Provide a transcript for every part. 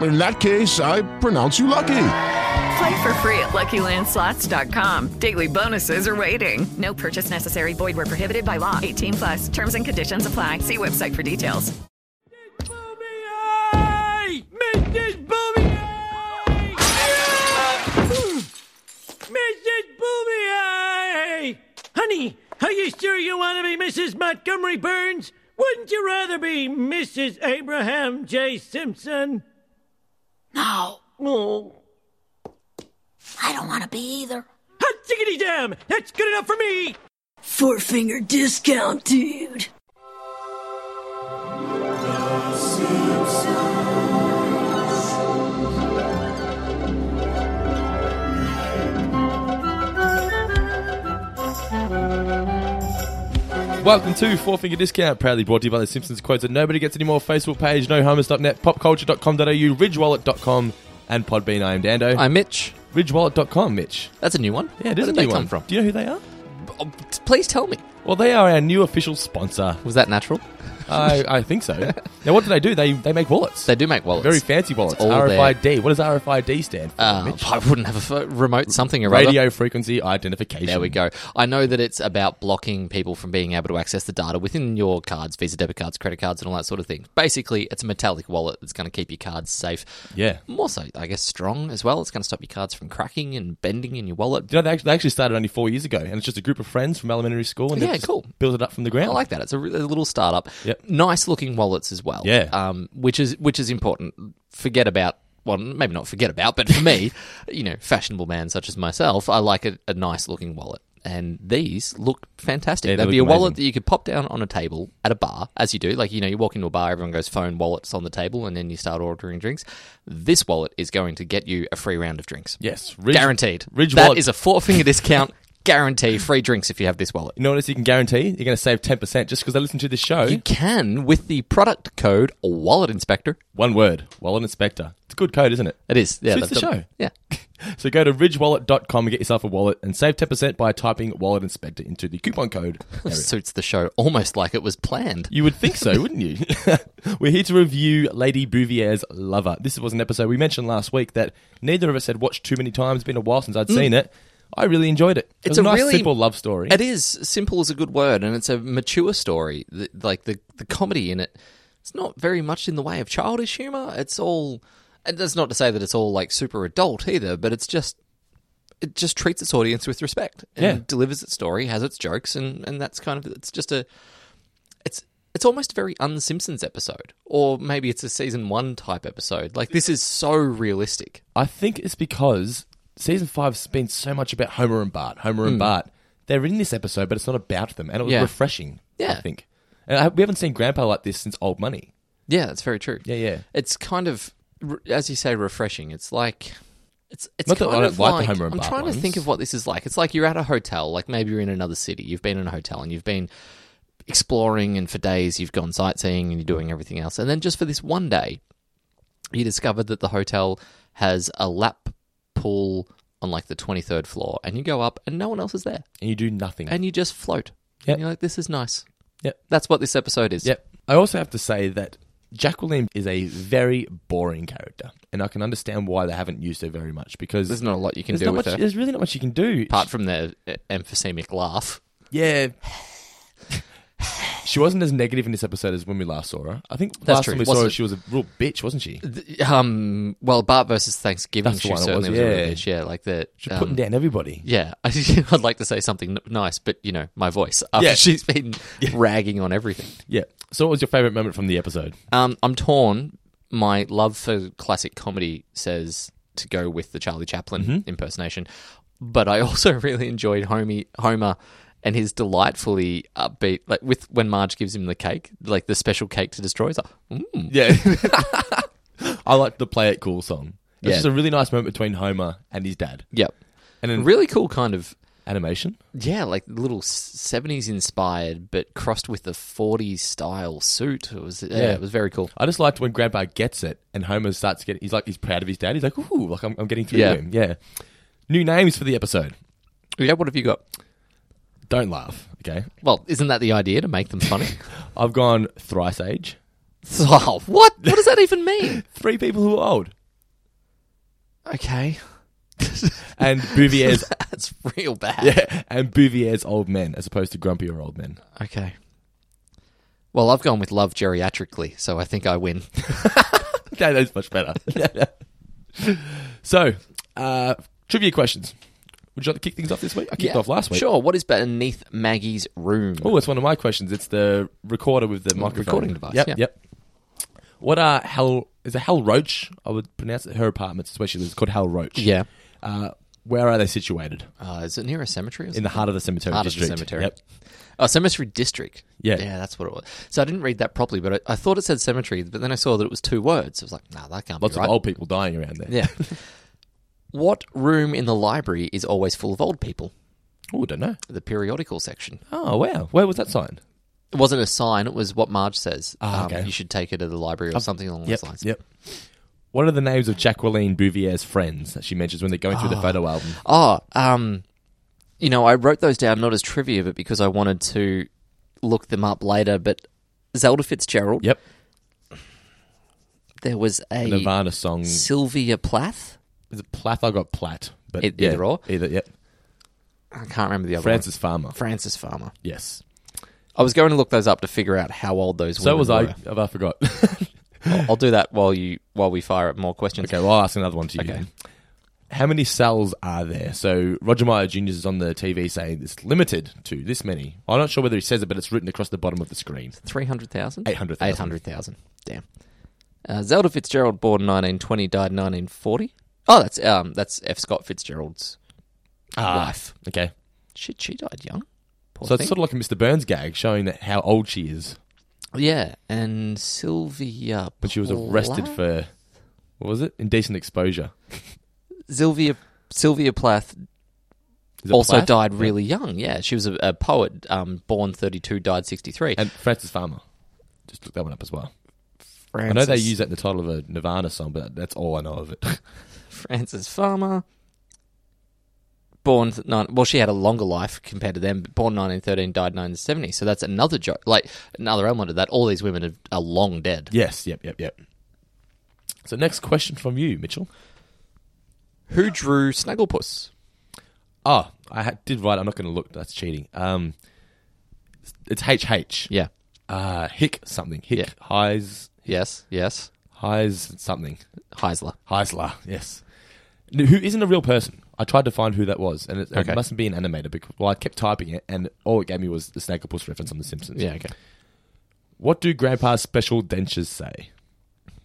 In that case, I pronounce you lucky. Play for free at LuckyLandSlots.com. Daily bonuses are waiting. No purchase necessary. Void were prohibited by law. 18 plus. Terms and conditions apply. See website for details. Boomy! Mrs. Boomy! Mrs. Boomy! Honey, are you sure you want to be Mrs. Montgomery Burns? Wouldn't you rather be Mrs. Abraham J. Simpson? No, Oh, I don't want to be either. hot diggity damn! That's good enough for me! Four finger discount, dude. Welcome to Four Finger Discount, proudly brought to you by The Simpsons Quotes that nobody gets anymore. Facebook page, nohomers.net, popculture.com.au, ridgewallet.com, and Podbean. I am Dando. I'm Mitch. ridgewallet.com, Mitch. That's a new one. Yeah, it is Where a did they new come one. from? Do you know who they are? Oh, t- Please tell me. Well, they are our new official sponsor. Was that natural? I, I think so. now, what do they do? They they make wallets. They do make wallets. Very fancy wallets. all there. RFID. What does RFID stand for? Uh, Mitch? I wouldn't have a pho- remote something or other. Radio frequency identification. There we go. I know that it's about blocking people from being able to access the data within your cards, Visa debit cards, credit cards, and all that sort of thing. Basically, it's a metallic wallet that's going to keep your cards safe. Yeah. More so, I guess, strong as well. It's going to stop your cards from cracking and bending in your wallet. Do you know, they actually, they actually started only four years ago, and it's just a group of friends from elementary school, and Yeah, they just cool. built it up from the ground. I like that. It's a, re- a little startup. Yep. Nice looking wallets as well. Yeah. Um, which is which is important. Forget about well, maybe not forget about, but for me, you know, fashionable man such as myself, I like a, a nice looking wallet. And these look fantastic. Yeah, they They'd be a look wallet amazing. that you could pop down on a table at a bar, as you do. Like, you know, you walk into a bar, everyone goes phone wallets on the table, and then you start ordering drinks. This wallet is going to get you a free round of drinks. Yes, Ridge- guaranteed. Ridge That wallet. is a four finger discount. guarantee free drinks if you have this wallet. You know what else you can guarantee? You're going to save 10% just because they listen to this show. You can with the product code Wallet Inspector. One word. Wallet Inspector. It's a good code, isn't it? It is. Yeah, Suits they've the done- show. Yeah. So go to ridgewallet.com and get yourself a wallet and save 10% by typing Wallet Inspector into the coupon code. area. Suits the show almost like it was planned. You would think so, wouldn't you? We're here to review Lady Bouvier's Lover. This was an episode we mentioned last week that neither of us had watched too many times. It's been a while since I'd Mm. seen it. I really enjoyed it. It's it was a nice, simple love story. It is simple is a good word, and it's a mature story. The, like the the comedy in it, it's not very much in the way of childish humor. It's all. And that's not to say that it's all like super adult either, but it's just it just treats its audience with respect and Yeah. delivers its story, has its jokes, and and that's kind of it's just a it's it's almost a very un Simpsons episode, or maybe it's a season one type episode. Like this is so realistic. I think it's because season five's been so much about Homer and Bart. Homer and Bart. They're in this episode, but it's not about them, and it was Hmm. Yeah. refreshing. I Yeah. think. And I, we haven't seen Grandpa like this since Old Money. Yeah, that's very true. Yeah, yeah. It's kind of, re- as you say, refreshing. It's like. It's, it's Not that kind I don't of like the like, Homer and I'm Bart trying ones. to think of what this is like. It's like you're at a hotel, like maybe you're in another city. You've been in a hotel and you've been exploring, and for days you've gone sightseeing and you're doing everything else. And then just for this one day, you discover that the hotel has a lap pool on like the 23rd floor, and you go up and no one else is there, And you do nothing. and you just float. Yep. And you're like, this is nice. Yep. That's what this episode is. Yep. I also have to say that Jacqueline is a very boring character, and I can understand why they haven't used her very much because There's not a lot you can there's do not with much- her. There's really not much you can do. apart from the uh, emphysemic laugh. yeah. She wasn't as negative in this episode as when we last saw her. I think That's last true. time we saw her, Wasn't- she was a real bitch, wasn't she? Um, well, Bart versus Thanksgiving, That's the she one it certainly was, was, a yeah. really bitch. Yeah, like that. She's putting um, down everybody. Yeah, I'd like to say something n- nice, but you know, my voice after Yeah. she's been ragging on everything. Yeah. So, what was your favorite moment from the episode? Um, I'm torn. My love for classic comedy says to go with the Charlie Chaplin Mm-hmm. impersonation, but I also really enjoyed Homie Homer and his delightfully upbeat, like with when Marge gives him the cake, like the special cake to destroy. It's like, mm. Yeah. I liked the "Play It Cool" song. It's Yeah. just a really nice moment between Homer and his dad. yep, And then really cool kind of animation. Yeah, like little seventies inspired, but crossed with the forties style suit. It was yeah, Yeah. it was very cool. I just liked when Grandpa gets it and Homer starts getting. He's like, he's proud of his dad. He's like, "Ooh, like I'm, I'm getting through Yeah. to him." Yeah. New names for the episode. Yeah, what have you got? Don't laugh. Okay. Well, isn't that the idea to make them funny? I've gone thrice age. oh, what? What does that even mean? Three people who are old. Okay, And Bouvier's that's real bad. yeah, and Bouvier's old men as opposed to grumpier old men. Okay. Well, I've gone with love geriatrically, so I think I win. Okay, that's much better. so, uh, trivia questions. Would you like to kick things off this week? I kicked off last week. Sure. What is beneath Maggie's room? Oh, it's one of my questions. It's the recorder with the microphone. recording device, Yep. yeah. Yep. What are Hal? Is it Hal Roach? I would pronounce it her apartment. It's where she lives. It's called Hal Roach. Yeah. Uh, where are they situated? Uh, is it near a cemetery? Or In the heart of the cemetery Heart of the district. cemetery. Yep. Oh, cemetery district. Yeah. yeah, that's what it was. So I didn't read that properly, but I, I thought it said cemetery, but then I saw that it was two words. I was like, nah, that can't Lots be right. of old people dying around there. Yeah. what room in the library is always full of old people? Oh, don't know. The periodical section. Oh wow. Where was that sign? It wasn't a sign. It was what Marge says. Um, Ah, okay. You should take her to the library or something along Yep. those lines. Yep. What are the names of Jacqueline Bouvier's friends that she mentions when they're going through the photo album? Oh, um, you know, I wrote those down not as trivia, but because I wanted to look them up later. But Zelda Fitzgerald. Yep. There was a Nirvana song. Sylvia Plath. Is it Plath? I got Platt. But E- yeah, either or. Either, yep. I can't remember the other Francis Farmer. one. Francis Farmer. yes. I was going to look those up to figure out how old those So women was I. were. Have I forgot? I'll, I'll do that while you while we fire up more questions. okay, well, I'll ask another one to you. Okay. then. How many cells are there? So Roger Meyer Jr. is on the TV saying it's limited to this many. I'm not sure whether he says it, but it's written across the bottom of the screen. Three hundred thousand? 800,000. Eight hundred thousand. Damn. Uh, Zelda Fitzgerald, born nineteen twenty, died nineteen forty. Oh, that's um, that's F. Scott Fitzgerald's wife. Ah, Okay. Shit, she died young. Poor So thing. it's sort of like a Mr. Burns gag showing that how old she is. yeah, and Sylvia. But she was arrested Plath? for, what was it? Indecent exposure. Sylvia Sylvia Plath Is it also Plath? died really young. Yeah, she was a, a poet, um, born thirty two, died sixty three. And Francis Farmer. Just look that one up as well. I know they use that in the title of a Nirvana song, but that's all I know of it. Frances Farmer. Born th- nine, well, she had a longer life compared to them. But born 1913, died 1970. So that's another joke, like another element of that. All these women are, are long dead. yes, yep, yep, yep. So next question from you, Mitchell. Who drew Snagglepuss? Oh, I ha- did write. I'm not going to look. That's cheating. Um, it's HH. Yeah. Uh, Hick something. Hick Yeah. Heis Yes. Yes. Heis something. Heisler. Heisler. Yes. No, Who isn't a real person? I tried to find who that was, and it, it Okay. mustn't be an animator because well, I kept typing it, and all it gave me was the Snagglepuss reference on The Simpsons. Yeah. Okay. What do Grandpa's special dentures say?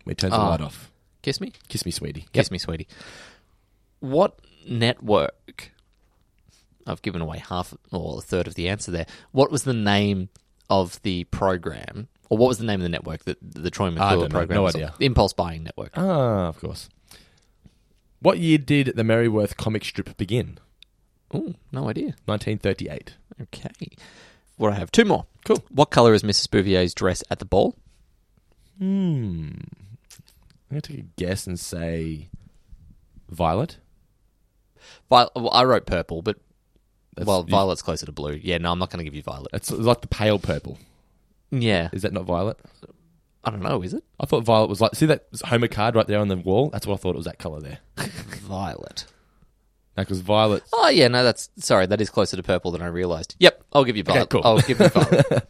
When he turns the Ah. light off. Kiss me. Kiss me, sweetie. Kiss me, sweetie. What network? I've given away half or a third of the answer there. What was the name of the program, or what was the name of the network that the I Troy don't McClure know. program? No was idea. on? Impulse Buying Network. Ah, of course. What year did the Merryworth comic strip begin? Oh, no idea. 1938. Okay. What I have two more. Cool. What color is Mrs. Bouvier's dress at the ball? Hmm. I'm going to take a guess and say Violet. Violet, well, I wrote purple, but well, you- violet's closer to blue. Yeah, no, I'm not going to give you violet. It's like the pale purple. Yeah, Is that not Violet? I don't know. Is it I thought Violet was like. See that Homer card right there on the wall? That's what I thought it was that colour there. No, violet? because Violet. Oh yeah, no, that's sorry. That is closer to purple than I realized. Yep, I'll give you violet. cool. I'll give you violet.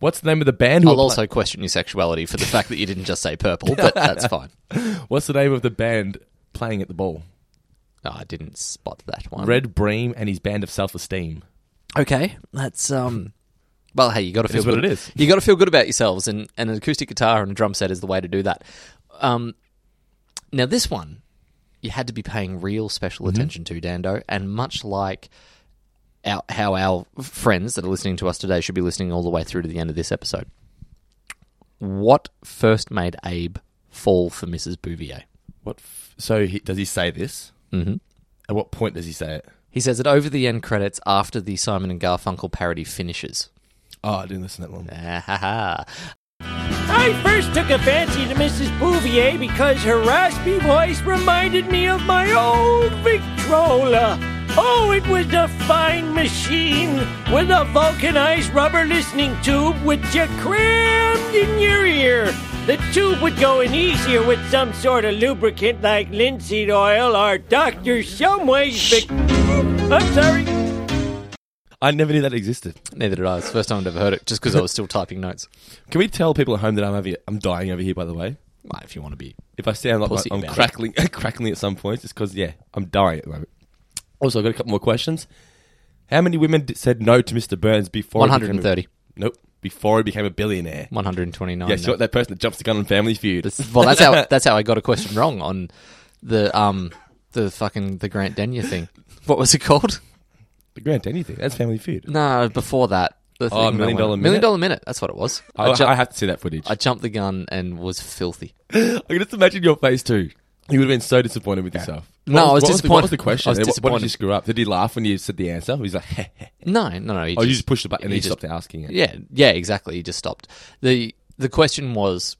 What's the name of the band? Who I'll are also question your sexuality for the fact that you didn't just say purple, but that's fine. pla- What's the name of the band playing at the ball? No, I didn't spot that one. Red Bream and his band of self esteem. Okay, that's um. Well, hey, you got to feel is what good. it is. You got to feel good about yourselves, and, and an acoustic guitar and a drum set is the way to do that. Um, now this one, you had to be paying real special Mm-hmm. attention to Dando, and much like our, how our friends that are listening to us today should be listening all the way through to the end of this episode. What first made Abe fall for Mrs. Bouvier? What? F- so he, does he say this? Mm-hmm. At what point does he say it? He says it over the end credits after the Simon and Garfunkel parody finishes. Oh, I didn't listen to that long. Ah, ha, ha. I first took a fancy to Mrs. Bouvier because her raspy voice reminded me of my old Victrola. Oh, it was a fine machine with a vulcanized rubber listening tube which you crammed in your ear. The tube would go in easier with some sort of lubricant like linseed oil or Dr. Shumway's Vic- I'm sorry. I never knew that existed. Neither did I. It's the first time I'd ever heard it, just because I was still typing notes. Can we tell people at home that I'm over here, I'm dying over here? By the way, Well, if you want to be. if I sound like Pussy I'm about it. crackling, crackling at some points, it's because yeah, I'm dying at the moment. Also, I've got a couple more questions. How many women d- said no to Mr. Burns before? he became a- 130. nope. Before he became a billionaire. 129. yes, now. you're that person that jumps the gun on Family Feud. That's- well, that's how that's how I got a question wrong on the um the fucking the Grant Denyer thing. What was it called? Grant anything. That's Family Feud. No, before that. The Oh, thing Million that went- Dollar Million Minute? Dollar Minute. That's what it was. I, I, ju- I have to see that footage. I jumped the gun and was filthy. I can just imagine your face too. You would have been so disappointed with yourself. No, I was what The, what was the disappointed. question? I What- was What, did disappointed. you screw up? Did he laugh when you said the answer? He's like, No, no, no. he oh, you just pushed the button and he, just- stopped asking it. Yeah, yeah, exactly. He just stopped. the The question was,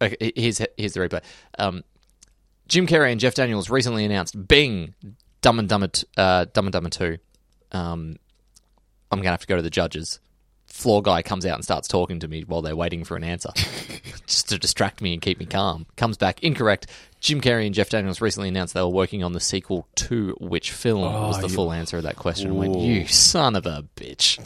okay, here's here's the replay. Um, Jim Carrey and Jeff Daniels recently announced Bing Dumb and Dumber t- uh, Dumb and Dumber Two. Um, I'm gonna have to go to the judges. Floor guy comes out and starts talking to me while they're waiting for an answer, just to distract me and keep me calm. Comes back incorrect. Jim Carrey and Jeff Daniels recently announced they were working on the sequel to which film was the full answer of that question. I went, you son of a bitch.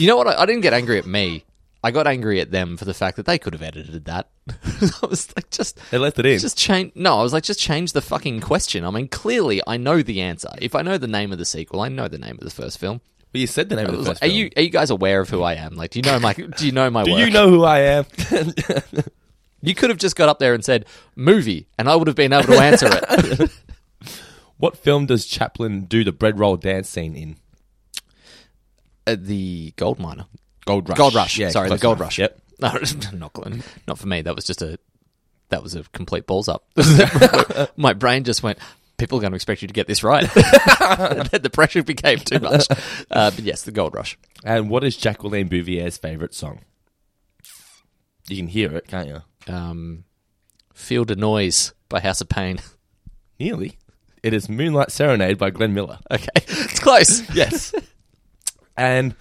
You know what? I, I didn't get angry at me. I got angry at them for the fact that they could have edited that. I was like, just They left it in. Just change. No, I was like, just change the fucking question. I mean, clearly, I know the answer. If I know the name of the sequel, I know the name of the first film. But you said the name I of was the like, first are film. you are you guys aware of who I am? Like, do you know my do you know my Do work? you know who I am? You could have just got up there and said movie, and I would have been able to answer it. what film does Chaplin do the bread roll dance scene in? Uh, the gold miner, Gold Rush. gold rush. Yeah, Sorry, the close gold enough. rush. Yep. No, not Glenn. Not for me. That was just a that was a complete balls up. My brain just went. People are going to expect you to get this right. the pressure became too much. Uh, but yes, the gold rush. And what is Jacqueline Bouvier's favourite song? You can hear it, can't you? Um, Field of Noise by House of Pain. Nearly. It is Moonlight Serenade by Glenn Miller. Okay, it's close. Yes. and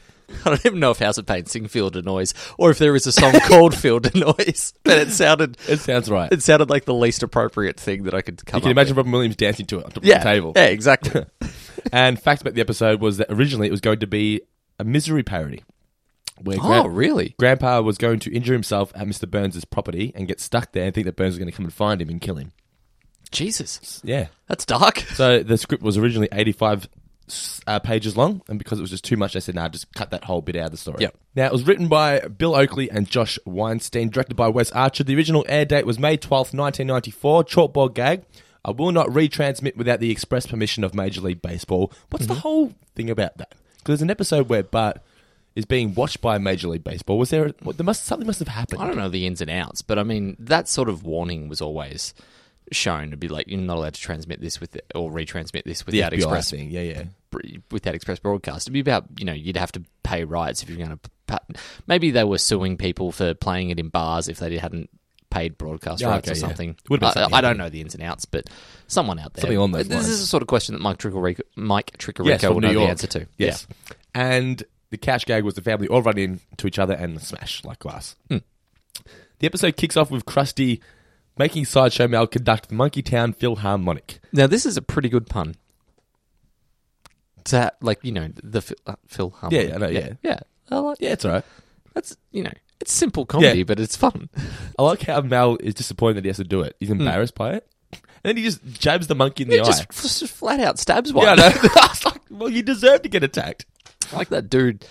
I don't even know if House of Pain sing Field of Noise or if there is a song called Field of Noise. But it sounded it sounds right. it sounded like the least appropriate thing that I could come you can up imagine with. Robin Williams dancing to it on top Yeah, of the table. yeah, exactly. And fact about the episode was that originally it was going to be a misery parody. Where oh, gran- really? Grandpa was going to injure himself at Mr. Burns' property and get stuck there and think that Burns was going to come and find him and kill him. Jesus, Yeah. that's dark. So Uh, the script was originally 85 s- uh, pages long, and because it was just too much, they said, nah, just cut that whole bit out of the story. Yep. Now, it was written by Bill Oakley and Josh Weinstein, directed by Wes Archer. The original air date was May 12th, 1994. Chalkboard gag. I will not retransmit without the express permission of Major League Baseball. What's the whole thing about that? Because there's an episode where Bart is being watched by Major League Baseball. Was there, what, there must, something must have happened. I don't know the ins and outs, but I mean that sort of warning was always shown to be like you're not allowed to transmit this with or retransmit this The without FBI express thing. Yeah, yeah. without express broadcast. It'd be about you know you'd have to pay rights if you're going to. Maybe they were suing people for playing it in bars if they hadn't paid broadcast Yeah, rights okay, or yeah. something. Would've been I- something I, happening. don't know the ins and outs, but someone out there. Something along those This lines. is the sort of question that Mike Tricorico, Mike Tricorico yes, will from New know York. the answer to. Yes. And the cash gag was the family all run in to each other and smash like glass. Hmm. The episode kicks off with Krusty making Sideshow Mel conduct the Monkeytown Philharmonic. Now this is a pretty good pun. To ha- like you know the phil- uh, Philharmonic. Yeah, yeah, I know, yeah. yeah. I like- Yeah, it's all right. That's you know, it's simple comedy, Yeah. but it's fun. I like how Mal is disappointed that he has to do it. He's embarrassed by it. And then he just jabs the monkey in the It eye. Hmm. just, f- just flat out stabs one. Yeah, I know. I was like, well, you deserve to get attacked. like that dude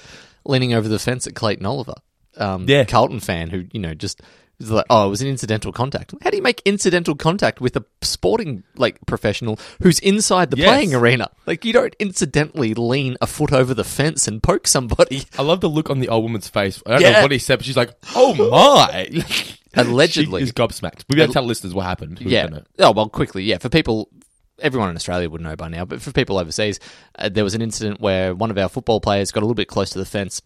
leaning over the fence at Clayton Oliver, um, Yeah. Carlton fan who you know just was like, oh, it was an incidental contact. How do you make incidental contact with a sporting like professional who's inside the Yes. playing arena? Like you don't incidentally lean a foot over the fence and poke somebody. I love the look on the old woman's face. I don't know Yeah. what he said, but she's like, oh my. Allegedly. She is gobsmacked. We better Al- tell listeners what happened. We yeah. don't know. Oh well, quickly. Yeah, for people. Everyone in Australia would know by now, but for people overseas, uh, there was an incident where one of our football players got a little bit close to the fence,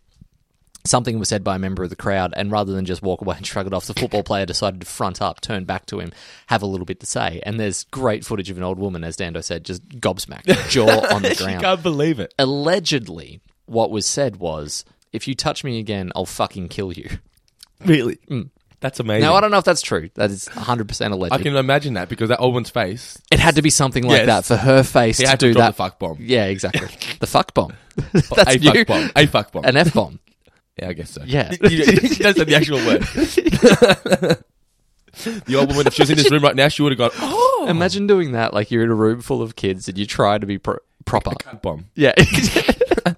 something was said by a member of the crowd, and rather than just walk away and shrug it off, the football player decided to front up, turn back to him, have a little bit to say. And there's great footage of an old woman, as Dando said, just gobsmacked, jaw on the I ground. can't believe it. Allegedly, what was said was, if you touch me again, I'll fucking kill you. Really? That's amazing. Mm. Now, I don't know if that's true. That is 100% alleged. I can imagine that because that old one's face. It had to be something like Yes. that for her face He to had do to drop that. the fuck bomb. Yeah, exactly. the fuck bomb. a that's new. fuck bomb. A fuck bomb. An F bomb. yeah, I guess so. Yeah. You- That's the actual word. the old woman, if she was in this room right now, she would have gone, oh, Imagine doing that. Like you're in a room full of kids and you try to be pro- proper. fuck bomb. Yeah.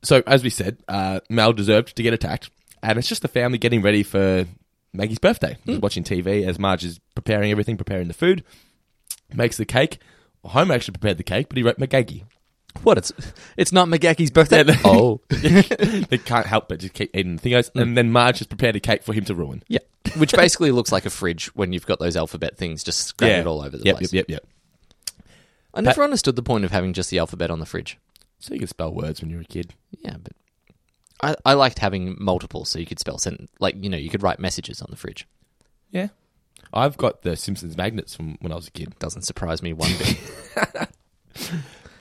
So, as we said, uh, Mal deserved to get attacked, and it's just the family getting ready for Maggie's birthday. Hmm. Just watching TV as Marge is preparing everything, preparing the food, makes the cake. Homer actually prepared the cake, but he wrote McGaggy. what? It's it's not McGacky's birthday. oh. Hmm. they can't help but just keep eating the thingos, and then Marge has prepared a cake for him to ruin. Yeah. Which basically looks like a fridge when you've got those alphabet things just scattered all over the yep, place. Yep, yep, yep. I never understood the point of having just the alphabet on the fridge. So you can spell words when you're a kid. Yeah, but I, I liked having multiple so you could spell sentence like you know, you could write messages on the fridge. Yeah. I've got the Simpsons magnets from when I was a kid. Doesn't surprise me one bit.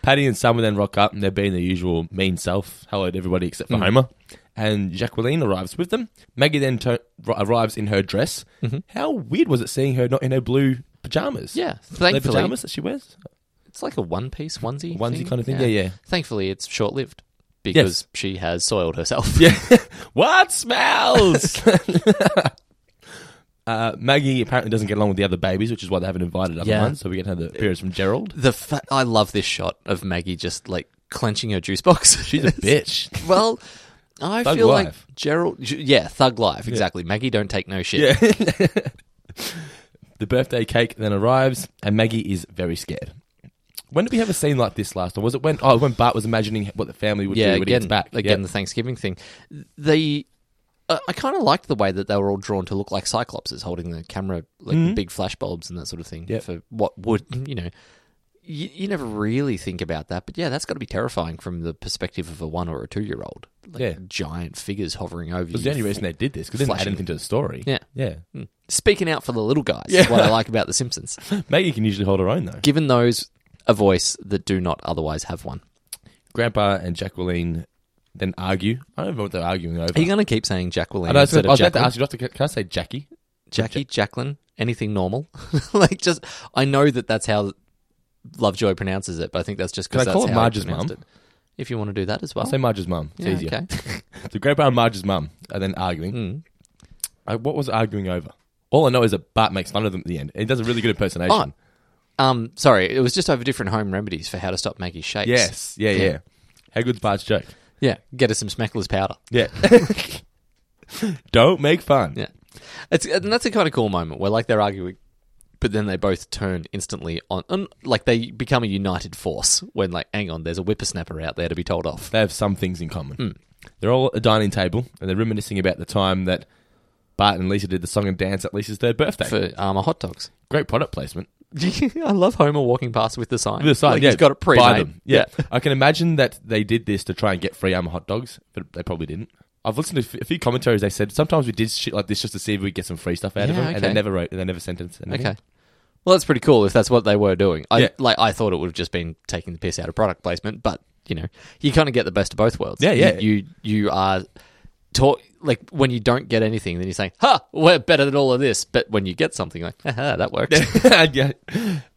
Patty and Summer then rock up and they're being their usual mean self. Hello to everybody except for Hmm. Homer. And Jacqueline arrives with them. Maggie then to- r- arrives in her dress. Mm-hmm. How weird was it seeing her not in her blue pajamas? Yeah, Blue thankfully. pajamas that she wears? it's like a one piece onesie. Onesie thing? kind of thing, yeah, yeah. Thankfully it's short lived because she has soiled herself. Yeah. what smells? uh, Maggie apparently doesn't get along with the other babies, which is why they haven't invited other Yeah. ones. So we get to have the appearance from Gerald. The fa- I love this shot of Maggie just like clenching her juice box. She's a bitch. well, I Thug feel life. like Gerald. Yeah, thug life exactly. Maggie don't take no shit. The birthday cake then arrives, and Maggie is very scared. When did we have a scene like this last time? Was it when oh when Bart was imagining what the family would yeah. do when he Again, gets back? again Yeah. the Thanksgiving thing. The uh, I kind of liked the way that they were all drawn to look like cyclopses holding the camera, like the big flash bulbs and that sort of thing. Mm-hmm. Yep. For what would you know? You, you never really think about that, but yeah, that's got to be terrifying from the perspective of a one or a two year old. Like Yeah. giant figures hovering over It was you. the only reason they did this because they didn't add Flashing. anything to the story. Yeah. Hmm. yeah. Speaking out for the little guys is Yeah. what I like about The Simpsons. Maggie can usually hold her own though. Given those a voice that do not otherwise have one. Grandpa and Jacqueline then argue. I don't know what they're arguing over. Are you going to keep saying Jacqueline I know, I was, instead gonna- I of was about to Jacqueline? ask you. do I have to- Can I say Jackie? Jackie, Jacqueline, anything normal? like, just I know that that's how Lovejoy pronounces it, but I think that's just because Can I that's call how it he Marge's pronounced mum? it. If you want to do that as well, I'll say Marge's mum. It's Yeah, easier. okay. Mm. So Grandpa and Marge's mum are then arguing. I, what was it arguing over? All I know is that Bart makes fun of them at the end. He does a really good impersonation. Oh, um, sorry, it was just over different home remedies for how to stop Maggie's shakes. Yes. Yeah, yeah. Yeah. How good's Bart's joke? yeah, get her some Smecklers powder. Yeah. Don't make fun. Yeah, it's and that's a kind of cool moment where like they're arguing, but then they both turn instantly on, on like they become a united force when like, hang on, there's a whippersnapper out there to be told off. Mm. They have some things in common. They're all at a dining table and they're reminiscing about the time that Bart and Lisa did the song and dance at Lisa's third birthday. For armor hot dogs, Great product placement. I love Homer walking past with the sign. The side, like yeah, he's got it pre buy them. Yeah. I can imagine that they did this to try and get free Armour hot dogs, but they probably didn't. I've listened to a few commentaries. They said sometimes we did shit like this just to see if we get some free stuff out of Yeah, them, and they okay. never wrote, and they never sentenced. anything. Okay. Well, that's pretty cool if that's what they were doing. I Yeah. like. I thought it would have just been taking the piss out of product placement, but you know, you kind of get the best of both worlds. Yeah, yeah. You you, you are taught like when you don't get anything, then you're saying, "Ha, we're better than all of this." But when you get something, like, "Haha, that worked." yeah.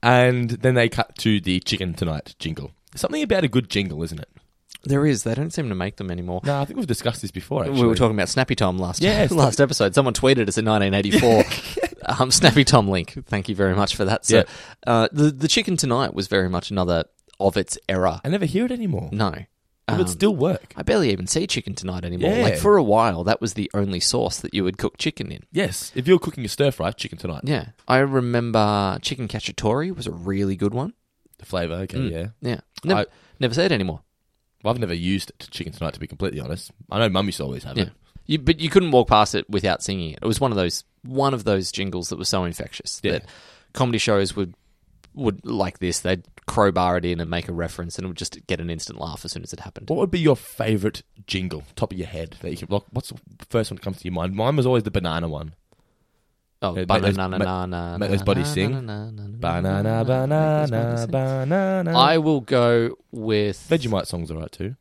And then they cut to the chicken tonight jingle. Something about a good jingle, isn't it? There is. They don't seem to make them anymore. No, I think we've discussed this before. Actually. We were talking about Snappy Tom last Yes. last episode. Someone tweeted us in 1984. um, Snappy Tom link. Thank you very much for that. So, Yeah. uh, the the chicken tonight was very much another of its era. I never hear it anymore. No, It Um, would still work. I barely even see chicken tonight anymore. Yeah. Like for a while, that was the only sauce that you would cook chicken in. Yes, if you're cooking a stir fry, chicken tonight. Yeah, I remember chicken cacciatore was a really good one. The flavour, okay, yeah. Yeah, never, I- never see it anymore. Well, I've never used it to chicken tonight, to be completely honest. I know mum used to always have Yeah, it. you, but you couldn't walk past it without singing it. It was one of those one of those jingles that was so infectious Yeah. that comedy shows would would like this. They'd crowbar it in and make a reference, and it would just get an instant laugh as soon as it happened. What would be your favourite jingle, top of your head? That you can, like, what's the first one that comes to your mind? Mine was always the banana one. Oh, Make those- banana, make- banana, make those bodies sing. Banana, banana, banana. I will go with Vegemite songs are right too.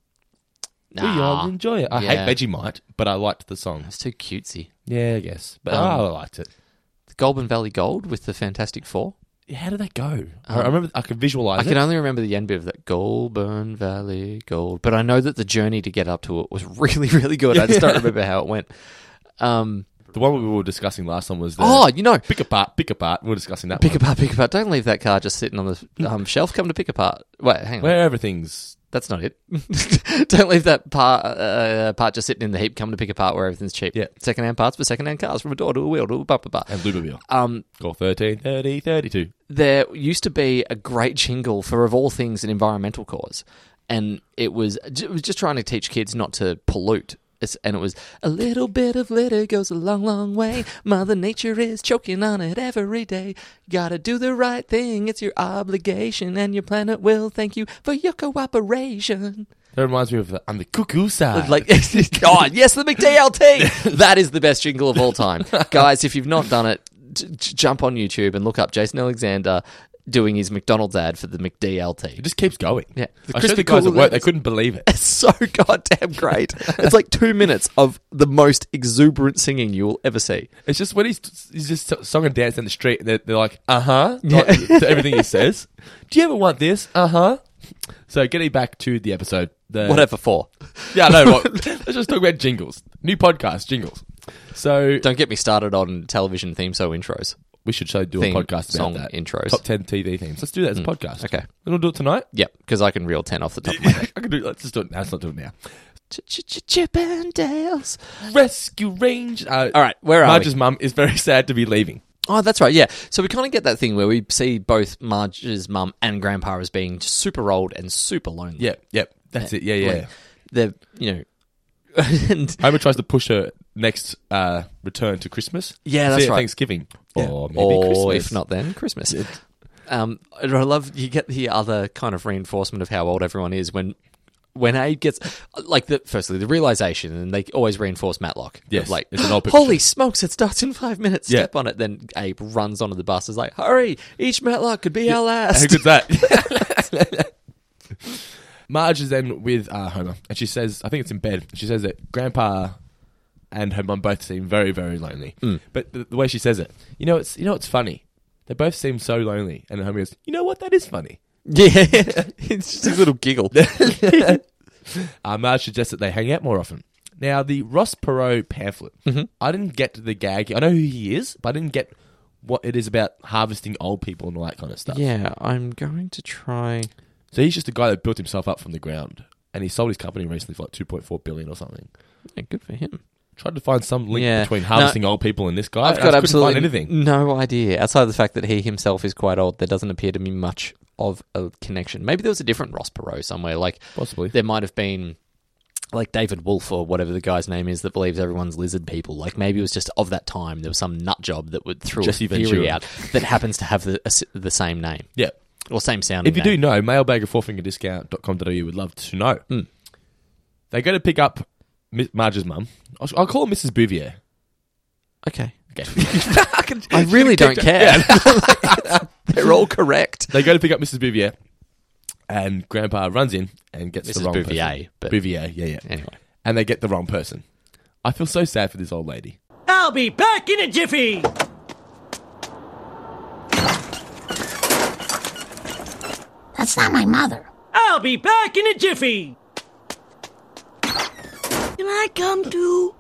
We Nah. all enjoy it. Oh, I Yeah. hate Vegemite, but I liked the song. It's too cutesy. Yeah, I guess. But Um, oh, I liked it. The Goulburn Valley Gold with the Fantastic Four. Um, How did that go? I I remember I could visualize I it. can only remember the end bit of that Goulburn Valley Gold, but I know that the journey to get up to it was really, really good. I just don't remember how it went. Um, the one we were discussing last time was the oh, you know, pick apart, pick apart. We are discussing that. pick one. apart, pick apart. Don't leave that car just sitting on the um, shelf. Come to pick apart. Wait, hang on. Where everything's That's not it. Don't leave that part uh, part just sitting in the heap. Come to pick apart where everything's cheap. Yeah. Secondhand parts for secondhand cars, from a door to a wheel to a bumper bar. and Luberville. Um, Call 13, 30, 32. there used to be a great jingle for, of all things, an environmental cause. And it was, it was just trying to teach kids not to pollute. It's, and it was, a little bit of litter goes a long, long way. Mother Nature is choking on it every day. Gotta do the right thing. It's your obligation. And your planet will thank you for your cooperation. That reminds me of the, I'm the cuckoo side. Like, God, yes, the McDLT. that is the best jingle of all time. Guys, if you've not done it, j- j- jump on YouTube and look up Jason Alexander doing his McDonald's ad for the it McDLT. just keeps going. Yeah. The I showed crispy the guys at cool work; they lettuce. couldn't believe it. It's so goddamn great. it's like two minutes of the most exuberant singing you will ever see. It's just when he's he's just song and dance in the street, and they're, they're like, "Uh huh," to everything he says. Do you ever want this? Uh huh. So getting back to the episode, the, Whatever for. Yeah, I know. What, let's just talk about jingles. New podcast "Ah, jingles. So Don't get me started on television theme song intros. we should show do Theme, a podcast about song, that. intros. Mm. top ten TV themes. Let's do that as a podcast. okay. and we'll do it tonight. Yep, because I can reel 10 off the top of my I can do. Let's just do it now. Let's not do it now. Chippendales. Rescue Range. Uh, All right, where are we? Marge's mum is very sad to be leaving. Oh, that's right. Yeah. So we kind of get that thing where we see both Marge's mum and grandpa as being just super old and super lonely. Yep, yep. That's it. Yeah, yeah. Like, they're, you know, and Homer tries to push her next uh, return to Christmas. Yeah, See that's you at right. Thanksgiving or maybe or Christmas. if not, then Christmas. Um, and I love you get the other kind of reinforcement of how old everyone is when when Abe gets like the firstly the realization, and they always reinforce Matlock. of Yes, like it's an old picture. holy smokes, it starts in five minutes. Yeah. Step on it. Then Abe runs onto the bus. Is like, hurry! Each Matlock could be our How last. good's that? Marge is then with uh, Homer, and she says, I think it's in bed. She says that Grandpa and her mum both seem very, very lonely. Mm. But the, the way she says it, you know, it's you know, it's funny. They both seem so lonely, and Homer goes, "You know what? That is funny." Yeah, it's just a little giggle. Uh, Marge suggests that they hang out more often. Now, the Ross Perot pamphlet, Mm-hmm. I didn't get the gag. I know who he is, but I didn't get what it is about harvesting old people and all that kind of stuff. Yeah, I'm going to try. So he's just a guy that built himself up from the ground, and he sold his company recently for like 2.4 billion or something. Yeah, good for him. Tried to find some link Yeah. between No, harvesting old people and this guy. I've and I got just absolutely couldn't find anything. no idea outside of the fact that he himself is quite old. There doesn't appear to be much of a connection. Maybe there was a different Ross Perot somewhere. Like Possibly. there might have been. Like David Wolf or whatever the guy's name is that believes everyone's lizard people. Like maybe it was just of that time there was some nut job that would throw Jesse a theory Ventura. out that happens to have the a s the same name Yeah. or same sound. If you do know, mailbag at fourfingerdiscount.com.au would love to know. Hmm. They go to pick up Mi- Marge's mum. I'll, I'll call her Mrs. Bouvier. okay, I can- I really don't kicked care. They're all correct. They go to pick up Mrs. Bouvier, and Grandpa runs in and gets the Mrs. wrong Bouvier, person. but- Bouvier, yeah, yeah. Anyway. And they get the wrong person. I feel so sad for this old lady. I'll be back in a jiffy. That's not my mother. I'll be back in a jiffy. Can I come too?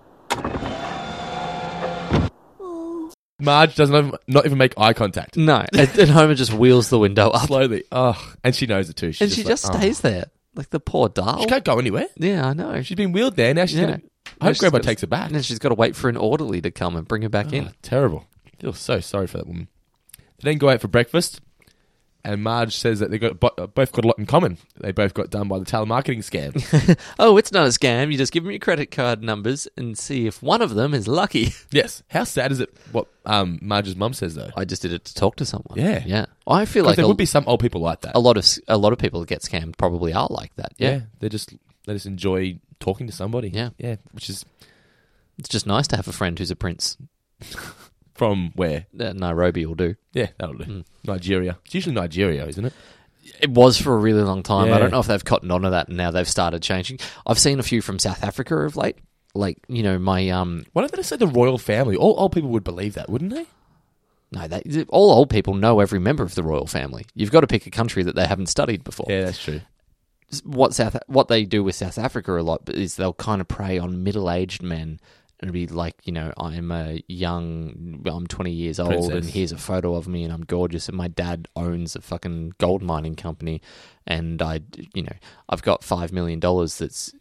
Marge doesn't even, not even make eye contact. No, and, and Homer just wheels the window up, Slowly. Oh, and she knows it too. She's and she just like, oh. stays there like the poor doll. She can't go anywhere. Yeah, I know. She's been wheeled there. Now she's Yeah. gonna. I Now hope she's Grandpa gotta- takes it back. And then she's got to wait for an orderly to come and bring her back in. Ah, terrible. Feel so sorry for that woman. They then go out for breakfast, and Marge says that they got bo- both got a lot in common. They both got done by the telemarketing scam. Oh, it's not a scam. You just give them your credit card numbers and see if one of them is lucky. yes. How sad is it? What um, Marge's mum says though. I just did it to talk to someone. Yeah. yeah. I feel 'Cause like there a, would be some old people like that. a lot of s- a lot of people that get scammed probably are like that. yeah. Yeah, They just they just enjoy talking to somebody. Yeah. Yeah. Which is it's just nice to have a friend who's a prince. from where? Uh, Nairobi will do. Yeah, that'll do. Nigeria. It's usually Nigeria, isn't it? It was for a really long time. Yeah. I don't know if they've cottoned on to that and now they've started changing. I've seen a few from South Africa of late. Like, you know, my um Why don't they just say the royal family? All old people would believe that, wouldn't they? no, they, all old people know every member of the royal family. You've got to pick a country that they haven't studied before. Yeah, that's true. What South what they do with South Africa a lot is they'll kind of prey on middle-aged men and be like, you know, I'm a young I'm 20 years old and Princess. here's a photo of me and I'm gorgeous and my dad owns a fucking gold mining company and I you know, I've got 5 million dollars that's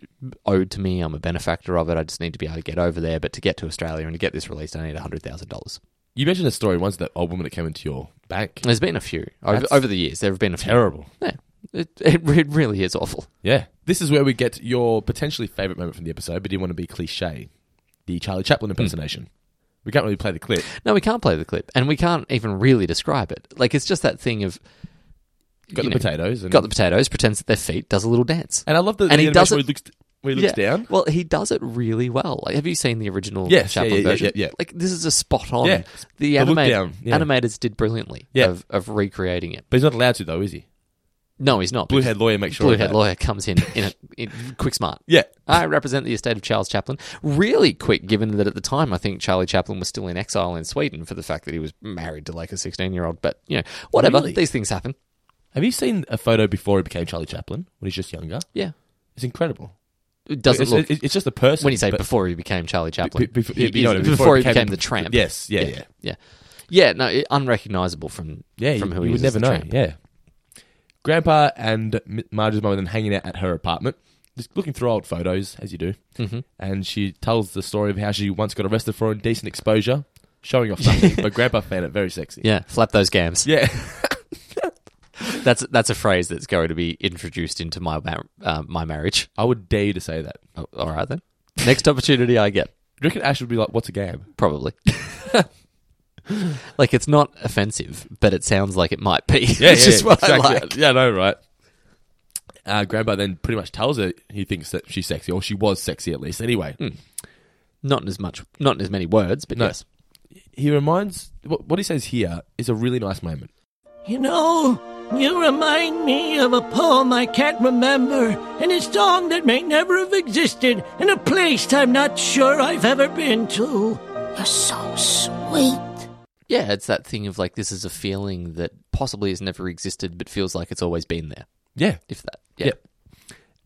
owed to me. I'm a benefactor of it. I just need to be able to get over there, but to get to Australia and to get this released I need $100,000. You mentioned a story once that old woman that came into your bank. There's been a few over, That's over the years. There have been a few. Terrible. Yeah, it, it re- it really is awful. Yeah. This is where we get your potentially favourite moment from the episode, but you want to be cliche. The Charlie Chaplin impersonation. We can't really play the clip. No, we can't play the clip, and we can't even really describe it. Like it's just that thing of Got the You know, potatoes. And, got the potatoes, pretends that they're feet, does a little dance, and I love the, and the he animation does where it- he looks, where he looks Yeah. down. Well, he does it really well. Like, have you seen the original Yes, yeah, Chaplin yeah, yeah, version? yeah, yeah. Like this is a spot on. Yeah. The The look animat- down, yeah. animators did brilliantly Yeah. of, of recreating it. But he's not allowed to, though, is he? No, he's not. Blue because haired lawyer makes sure. of Blue Head that. Lawyer comes in in, a, in quick smart. Yeah. I represent the estate of Charles Chaplin. Really quick, given that at the time I think Charlie Chaplin was still in exile in Sweden for the fact that he was married to like a 16 year old. But, you know, whatever. Really? These things happen. Have you seen a photo before he became Charlie Chaplin when he's just younger? Yeah. It's incredible. It doesn't it's, look. it's- it's just a person. when you say but- before he became Charlie Chaplin, Be- be- before- he you know what I is- mean, before he became the tramp. Yes, yeah, yeah, yeah. Yeah, yeah no, it- unrecognizable from, yeah. from you, who you he would is as never the know. Tramp. Yeah, Grandpa and M- Marge's mum are then hanging out at her apartment, just looking through old photos as you do, mm-hmm. and she tells the story of how she once got arrested for indecent exposure, showing off something. but Grandpa found it very sexy. Yeah, flap those gams. Yeah, That's that's a phrase that's going to be introduced into my mar- uh, my marriage. I would dare you to say that. Oh, all right then. Next opportunity I get. Do you reckon Ash would be like, "What's a gam?" Probably. like it's not offensive, but it sounds like it might be. Yeah, which yeah, is what exactly. I like. Yeah, no, right. Uh, Grandpa then pretty much tells her he thinks that she's sexy, or she was sexy at least. Anyway, Hmm. Not in as much, not in as many words, but No. yes. he reminds what, what he says here is a really nice moment. You know, you remind me of a poem I can't remember, and a song that may never have existed, and a place I'm not sure I've ever been to. You're so sweet. Yeah, it's that thing of like this is a feeling that possibly has never existed, but feels like it's always been there. Yeah, If that, yeah. Yep.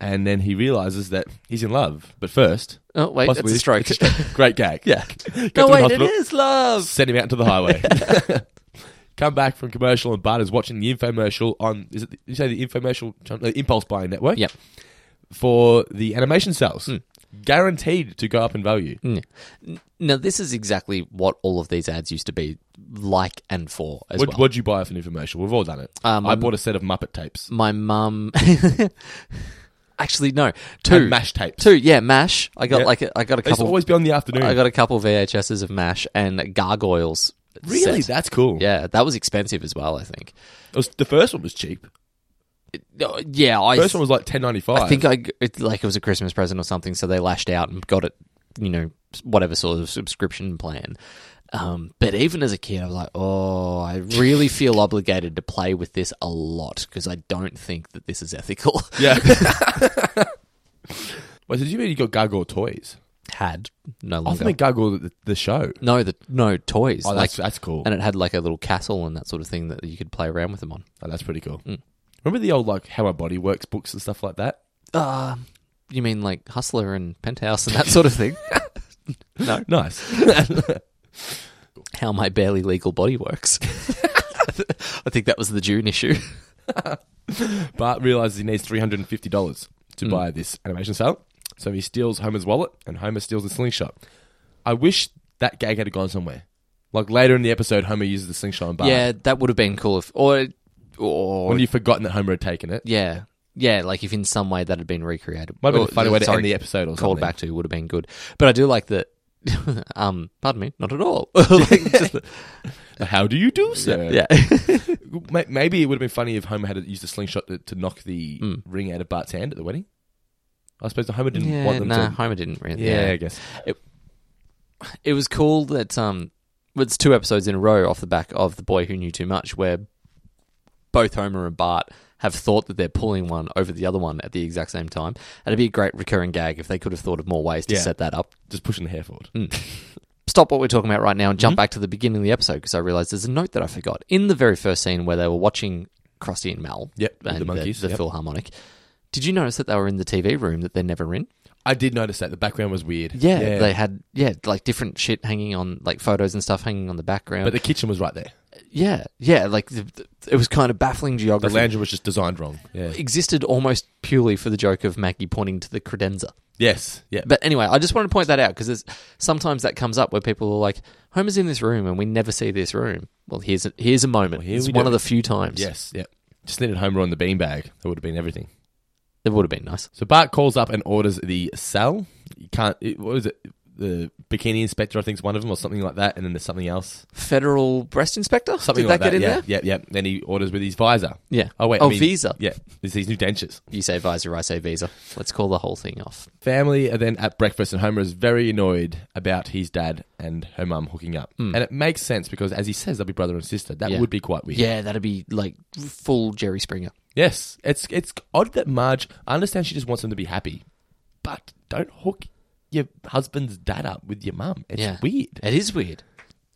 And then he realizes that he's in love, but first, Oh wait, possibly that's a stroke. great gag. Yeah, Go no to the wait, it hospital, is love. Send him out into the highway. Come back from commercial, and Bart is watching the infomercial on. Is it the- you say the infomercial channel- uh, impulse buying network? Yep. For the animation sales, Hmm. guaranteed to go up in value. Mm. Now this is exactly what all of these ads used to be like and for as What, well. What'd you buy off an infomercial? We've all done it. Um, I I'm- bought a set of Muppet tapes. my mum actually no two And mash tapes. two yeah mash i got Yeah. like a, i got a They used to couple always be on the afternoon. i got a couple vhs's of mash and gargoyles really, set. that's cool. yeah that was expensive as well i think It was, the first one was cheap. Uh, yeah i First one was like ten ninety five. i think i g- it, like it was a christmas present or something so they lashed out and got it you know whatever sort of subscription plan um, but even as a kid, I was like, "Oh, I really feel obligated to play with this a lot because I don't think that this is ethical." Yeah. Wait, so did you mean you got Gargoyle toys? Had no I longer. think Gargoyle the, the show. No, the no toys. Oh, like, that's that's cool. and it had like a little castle and that sort of thing that you could play around with them on. Hmm. Oh, that's pretty cool. Remember the old like How Our Body Works books and stuff like that? You mean like Hustler and Penthouse and that sort of thing? no. Nice. How my barely legal body works. I think that was the June issue. Bart realizes he needs $350 Hmm. to buy this animation style, so he steals Homer's wallet and Homer steals the slingshot. I wish that gag had gone somewhere. Like later in the episode, Homer uses the slingshot on Bart. Yeah, that would have been cool if or or When you've forgotten that Homer had taken it. yeah. Yeah, like if in some way that had been recreated. Might have been Or- a funny way to sorry, end the episode or Called something. back to would have been good. But I do like that um pardon me, not at all. Like, just the- How do you do, sir? yeah. May- Maybe it would have been funny if Homer had used the slingshot to, to knock the Hmm. ring out of Bart's hand at the wedding. I suppose Homer didn't Yeah, want them nah, to. Homer didn't really. Yeah, yeah. I guess. it was cool that um it's two episodes in a row off the back of the boy who knew too much where both homer and bart have thought that they're pulling one over the other one at the exact same time and it'd be a great recurring gag if they could have thought of more ways to Yeah. set that up Just pushing the hair forward. Hmm. stop what we're talking about right now and Mm-hmm. jump back to the beginning of the episode because i realized there's a note that i forgot in the very first scene where they were watching krusty and mel Yep, with and the monkeys, the, yep. philharmonic did you notice that they were in the tv room that they're never in I did notice that. The background was weird. yeah, they had yeah like different shit hanging on like photos and stuff hanging on the background But the kitchen was right there. Yeah, yeah. Like the, the- it was kind of baffling The geography. lounge was just designed wrong. Yeah. existed almost purely for the joke of Maggie pointing to the credenza. Yes. Yeah. But anyway, I just wanted to point that out because sometimes that comes up where people are like, "Homer's in this room and we never see this room." Well, here's a, here's a moment. Well, here it's we one do of it. the few times. Yes. Yeah. Just needed Homer on the beanbag. That would have been everything. that would have been nice. So Bart calls up and orders the cell. You can't. It, what is it? The bikini inspector, I think, is one of them, or something like that. And then there's something else. Federal breast inspector. Something Did like that, get in yeah, there? Yeah. Yeah. Then he orders with his visor. Yeah. Oh wait. Oh, I mean- visa. Yeah. There's these new dentures. You say visor, I say visa. Let's call the whole thing off. Family are then at breakfast, and Homer is very annoyed about his dad and her mum hooking up. And it makes sense because, as he says, they'll be brother and sister. That Hmm. Yeah. would be quite weird. Yeah, that'd be like full Jerry Springer. Yes, it's it's odd that Marge. I understand she just wants them to be happy, but don't hook your husband's dad up with your mum. It's yeah, weird. It is weird.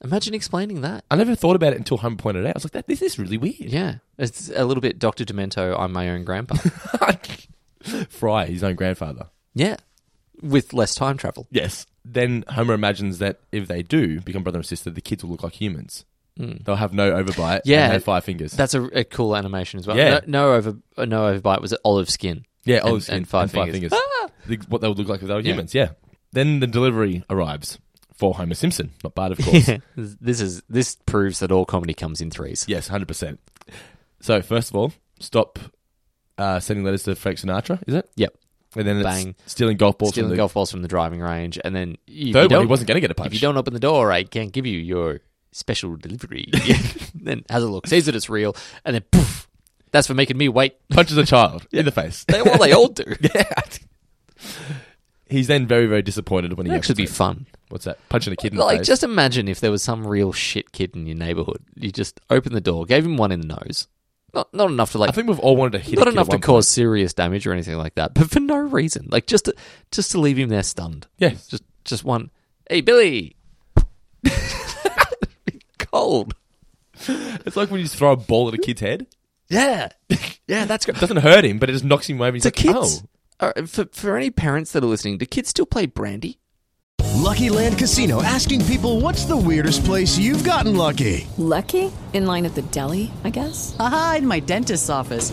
Imagine explaining that. I never thought about it until Homer pointed it out. I was like, that, "This is really weird." Yeah, it's a little bit Doctor Demento. I'm my own grandpa. Fry, his own grandfather. yeah, with less time travel. Yes. Then Homer imagines that if they do become brother and sister, the kids will look like humans. They'll have no overbite. Hmm. Yeah. and no five fingers. That's a, a cool animation as well. Yeah. No, no over uh, no overbite was it olive skin. Yeah, And- olive skin and five fingers. Ah! The- what they would look like if they were humans. Yeah. Then the delivery arrives for Homer Simpson, not Bart, of course. this is this proves that all comedy comes in threes. yes, hundred percent. So first of all, stop uh, sending letters to Frank Sinatra. Is it? Yep. And then Bang. it's stealing golf balls. Stealing from the golf balls from the driving range, and then if you Third one, he don't- wasn't going to get a punch. If you don't open the door, I can't give you your special delivery. then has a look, sees that it's real, and then poof. That's for making me wait. punches a child in the face. They, well, they all do. He's then very very disappointed when he That should be gets it. fun. What's that? Punching a kid in Like, the face. just imagine if there was some real shit kid in your neighborhood. You just opened the door, gave him one in the nose. Not not enough to like. I think we've all wanted to hit. a not kid enough at to one cause serious damage or anything like that, but for no reason. Like just to, just to leave him there stunned. Yes. Just just one. Hey, Billy. Cold. point. It's like when you just throw a ball at a kid's head. Yeah. Yeah, that's great. It doesn't hurt him, but it just knocks him over. He's Do like, kids? oh. uh, For for any parents that are listening, do kids still play brandy? Lucky Land Casino asking people what's the weirdest place you've gotten lucky? Lucky? In line at the deli, I guess? Aha, in my dentist's office.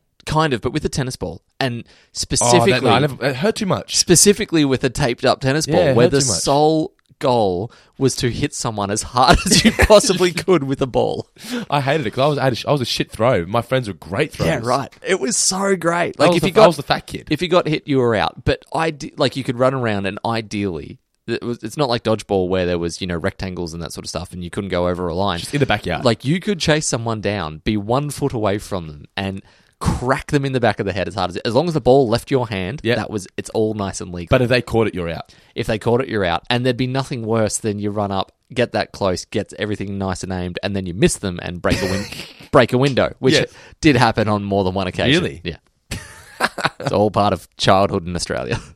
Kind of, but with a tennis ball, and Oh, specifically that, no, I never, it hurt too much. specifically with a taped up tennis ball Yeah, it where hurt the too much. sole goal was to hit someone as hard as you possibly could with a ball. I hated it because I was I, had a sh- I was a shit throw. My friends were great throws. Yeah, right. It was so great. I Like was if the- you got I was the fat kid. if you got hit, you were out. But I like you could run around, and ideally, it was, it's not like dodgeball where there was you know rectangles and that sort of stuff, and you couldn't go over a line. Just in the backyard. like you could chase someone down, be one foot away from them, and crack them in the back of the head as hard as as long as the ball left your hand. that was it's all nice and legal. But if they caught it, you're out. If they caught it, you're out, and there'd be nothing worse than you run up. Get that close, gets everything nice and aimed, and then you miss them and break a win- break a window, which Yes. did happen on more than one occasion. Really? Yeah. it's all part of childhood in Australia.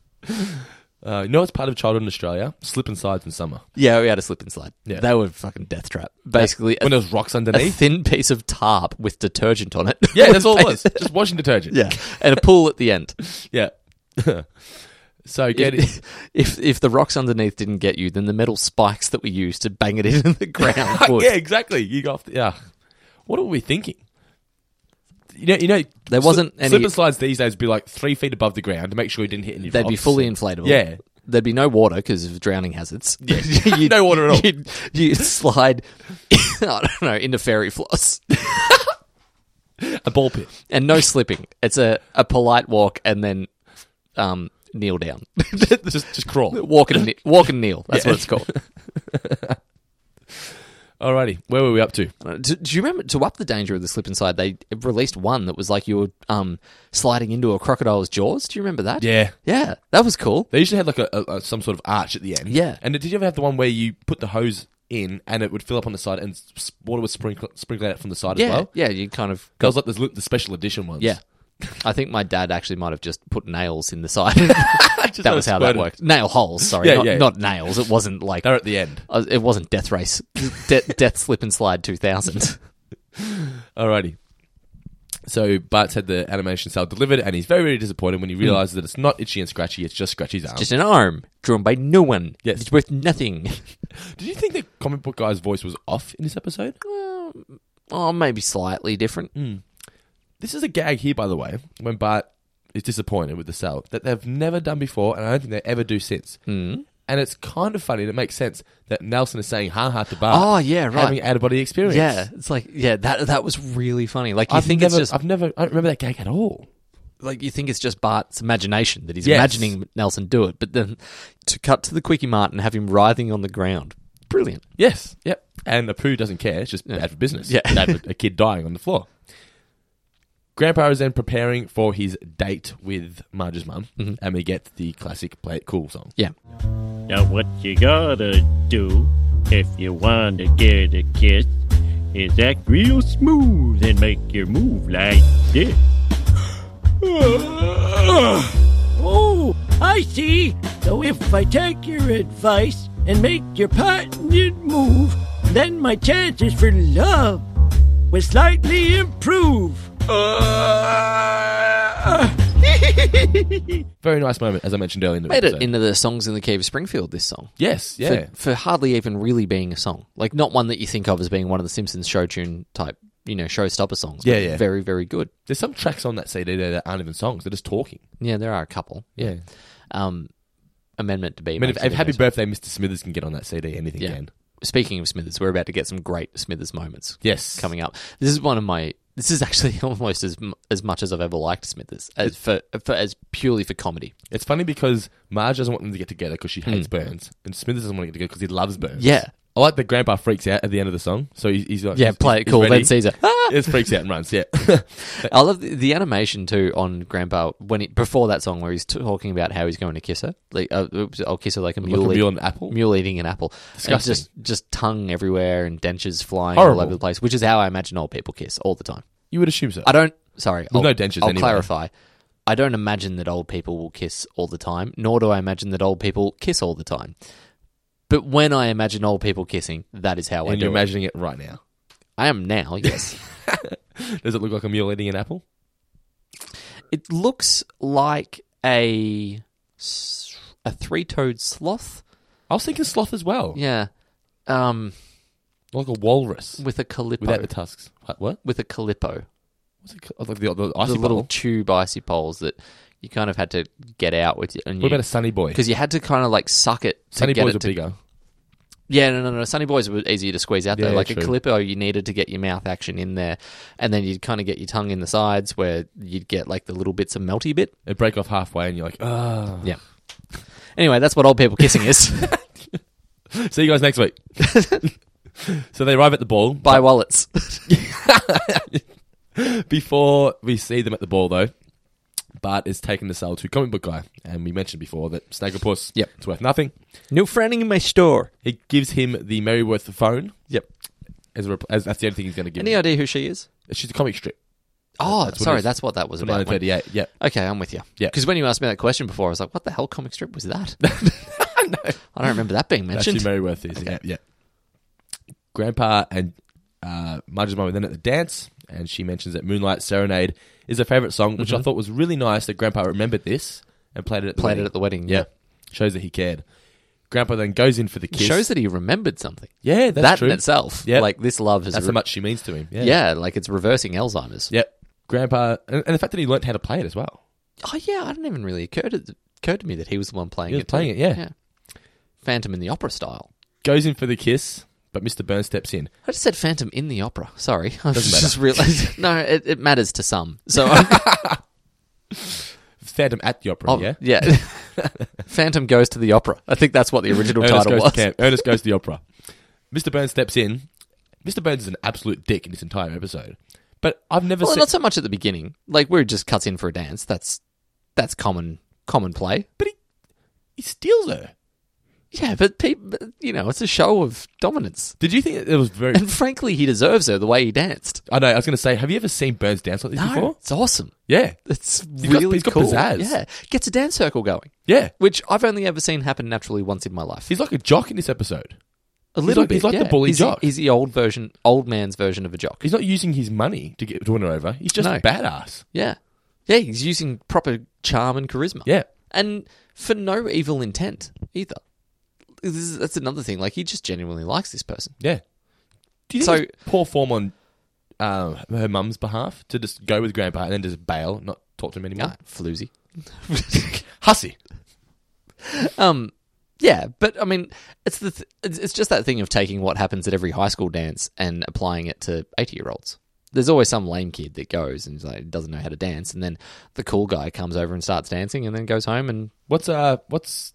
Uh, you know what's part of childhood in Australia? Slip and slides in summer. Yeah, we had a slip and slide. Yeah. They were fucking death trap. Basically, When a- there's rocks underneath? a thin piece of tarp with detergent on it. Yeah, that's all it was. Just washing detergent. yeah, and a pool at the end. Yeah. so get if, if if the rocks underneath didn't get you, then the metal spikes that we used to bang it in the ground would. yeah, exactly. You got off the, yeah. What were we thinking? You know, you know, There sli- wasn't any- slip and slides these days. Would be like three feet above the ground to make sure you didn't hit any. They'd be rocks. fully inflatable. Yeah, There'd be no water because of drowning hazards. Yeah. no water at all. You'd, you'd slide, I don't know, into fairy floss. a ball pit. And no slipping. It's a, a polite walk and then um, kneel down. just just crawl. walk, and, kne- walk and kneel. That's Yeah. what it's called. Alrighty, where were we up to? Uh, Do, do you remember to up the danger of the slip and slide? They released one that was like you were um, sliding into a crocodile's jaws. Do you remember that? Yeah, yeah, that was cool. They usually had like a, a, a- some sort of arch at the end. Yeah. and did you ever have the one where you put the hose in and it would fill up on the side and s- water was sprinkle sprinkled out from the side yeah, as well? yeah. You kind of That was like the, the special edition ones. yeah. I think my dad actually might have just put nails in the side. how that was it how that squirted. worked. Nail holes, sorry, Yeah, not, yeah. not nails. It wasn't like they're at the end. Uh, It wasn't Death Race, De- Death Slip and Slide 2000. Alrighty. So Bart's had the animation cell delivered, and he's very, very disappointed when he realizes that it's not itchy and scratchy; it's just Scratchy's arm. Hmm. Just an arm drawn by no one. Um, Yes. It's worth nothing. Did you think the comic book guy's voice was off in this episode? Oh, maybe slightly different. This is a gag here, by the way, when Bart is disappointed with the cell that they've never done before, and I don't think they ever do since. Hmm. Mm. And it's kind of funny, and it makes sense that Nelson is saying ha ha to Bart. Oh, yeah, right. Having out of body experience. Yeah, it's like yeah, that that was really funny. Like you I've think never, it's just I've never, I don't remember that gag at all. like you think it's just Bart's imagination that he's Yes. imagining Nelson do it, but then to cut to the quickie mart and have him writhing on the ground, brilliant. Yes, yep. And Apu doesn't care; it's just bad for business. Yeah. bad for a kid dying on the floor. Grandpa is then preparing for his date with Marge's mum, Mm-hmm. and we get the classic "Play It Cool" song. Yeah, Now, what you gotta do if you wanna get a kiss is act real smooth and make your move like this. oh, I see. So if I take your advice and make your patented move, then my chances for love will slightly improve. Uh, Very nice moment, as I mentioned earlier. In the made it episode. into the songs in the Cave of Springfield. This song, yes, yeah. for, for hardly even really being a song, like not one that you think of as being one of the Simpsons show tune type, you know, showstopper songs. but Yeah, yeah. very very good. There's some tracks on that CD there that aren't even songs; they're just talking. Yeah, there are a couple. Yeah. um, Amendment to Be. I mean, if, makes if it "Happy amazing. Birthday, Mr. Smithers" can get on that CD, anything can. Speaking of Smithers, we're about to get some great Smithers moments. Yes. coming up. This is one of my. This is actually almost as mu- as much as I've ever liked Smithers as for, for as purely for comedy. It's funny because Marge doesn't want them to get together because she hates Burns, and Smithers doesn't want to get together because he loves Burns. Hmm. Yeah. I like that Grandpa freaks out at the end of the song, so he's, he's like, Yeah, he's- play it he's cool, ready. then Caesar. He just freaks out and runs. Yeah, I love the, the animation too on Grandpa when he, before that song where he's talking about how he's going to kiss her. Like, uh, oops, I'll kiss her like a mule, a eat- mule and an apple? mule eating an apple. And Disgusting. just just tongue everywhere and dentures flying Horrible. all over the place, which is how I imagine old people kiss all the time. you would assume so. I don't. Sorry, Well, I'll, no dentures I'll anyway. clarify. I don't imagine that old people will kiss all the time, nor do I imagine that old people kiss all the time. But when I imagine old people kissing, that is how I And do you're it. imagining it right now. I am now. Yes, Does it look like a mule eating an apple? it looks like a s- a three-toed sloth. I was thinking sloth as well. Yeah, um, Like a walrus with a calippo without the tusks. What? what? with a calippo, What's it called? Like the, the icy the little bottle? tube icy poles that you kind of had to get out with. you- And What you, about a sunny boy? Because you had to kind of like suck it. to Sunny get boys it are to- bigger. Yeah, no, no, no. Sunny Boys were easier to squeeze out though. Yeah, like true. a Calippo, you needed to get your mouth action in there, and then you'd kind of get your tongue in the sides where you'd get like the little bits of melty bit. It'd break off halfway, and you're like, ah. Yeah. Anyway, that's what old people kissing is. See you guys next week. so they arrive at the ball. Buy wallets. before we see them at the ball, though, Bart is taken to sell to comic book guy, and we mentioned before that Snagglepuss. Yep. It's worth nothing. No frowning in my store. He gives him the Merryworth phone. Yep. As, a repl- as that's the only thing he's going to give. Any him. idea who she is? She's a comic strip. Oh, That's what it sorry, is. that's what that was From about. 1938, yep. Okay, I'm with you. Yep. Because when you asked me that question before, I was like, "What the hell comic strip was that?" I don't remember that being mentioned. That's who Merryworth is. Yeah, yeah. Grandpa and uh, Marge's mum are then at the dance, and she mentions that Moonlight Serenade is her favourite song, which I Mhm. thought was really nice that Grandpa remembered this and played it at the Played it wedding. at the wedding, yeah. Shows that he cared. Grandpa then goes in for the It kiss. shows that he remembered something. Yeah, that's that true. in itself. Yep. Like this love has That's re- how much she means to him. Yeah. Yeah, like it's reversing Alzheimer's. Yep. Grandpa, and, and the fact that he learnt how to play it as well. Oh yeah, I didn't even really occur to occurred to me that he was the one playing He was it. playing too. it, yeah. Phantom in the Opera style. Goes in for the kiss, but Mr. Burns steps in. I just said Phantom in the Opera. Sorry, I Doesn't just matter. realized. No, it, it matters to some. So I'm- Phantom at the opera, Oh, yeah? yeah. Phantom goes to the opera. I think that's what the original Ernest title goes was. To camp. Ernest goes to the opera. Mr. Burns steps in. Mr. Burns is an absolute dick in this entire episode. But I've never Well, seen. not so much at the beginning. Like where he just cuts in for a dance. That's that's common common play. But he steals her. Yeah, but people, you know, it's a show of dominance. Did you think it was very? And frankly, he deserves her the way he danced. I know. I was going to say, have you ever seen Burns dance like this No, before? it's awesome. Yeah, it's He's got- really he's got cool. pizzazz. Yeah, gets a dance circle going. Yeah, which I've only ever seen happen naturally once in my life. He's like a jock in this episode. A He's little like- bit. he's like the yeah. bully he's the- jock. he's the old version, old man's version of a jock. He's not using his money to get to win her over. He's just No. badass. Yeah. Yeah, he's using proper charm and charisma. Yeah. And for no evil intent either. This is, that's another thing. Like, he just genuinely likes this person. Yeah. Do you So- think it's poor form on um, her mum's behalf to just go with Grandpa and then just bail, not talk to him anymore? floozy, hussy. Um, yeah, but I mean, it's the th- it's it's just that thing of taking what happens at every high school dance and applying it to eighty year olds. There's always some lame kid that goes and is like, doesn't know how to dance, and then the cool guy comes over and starts dancing, and then goes home. And what's uh what's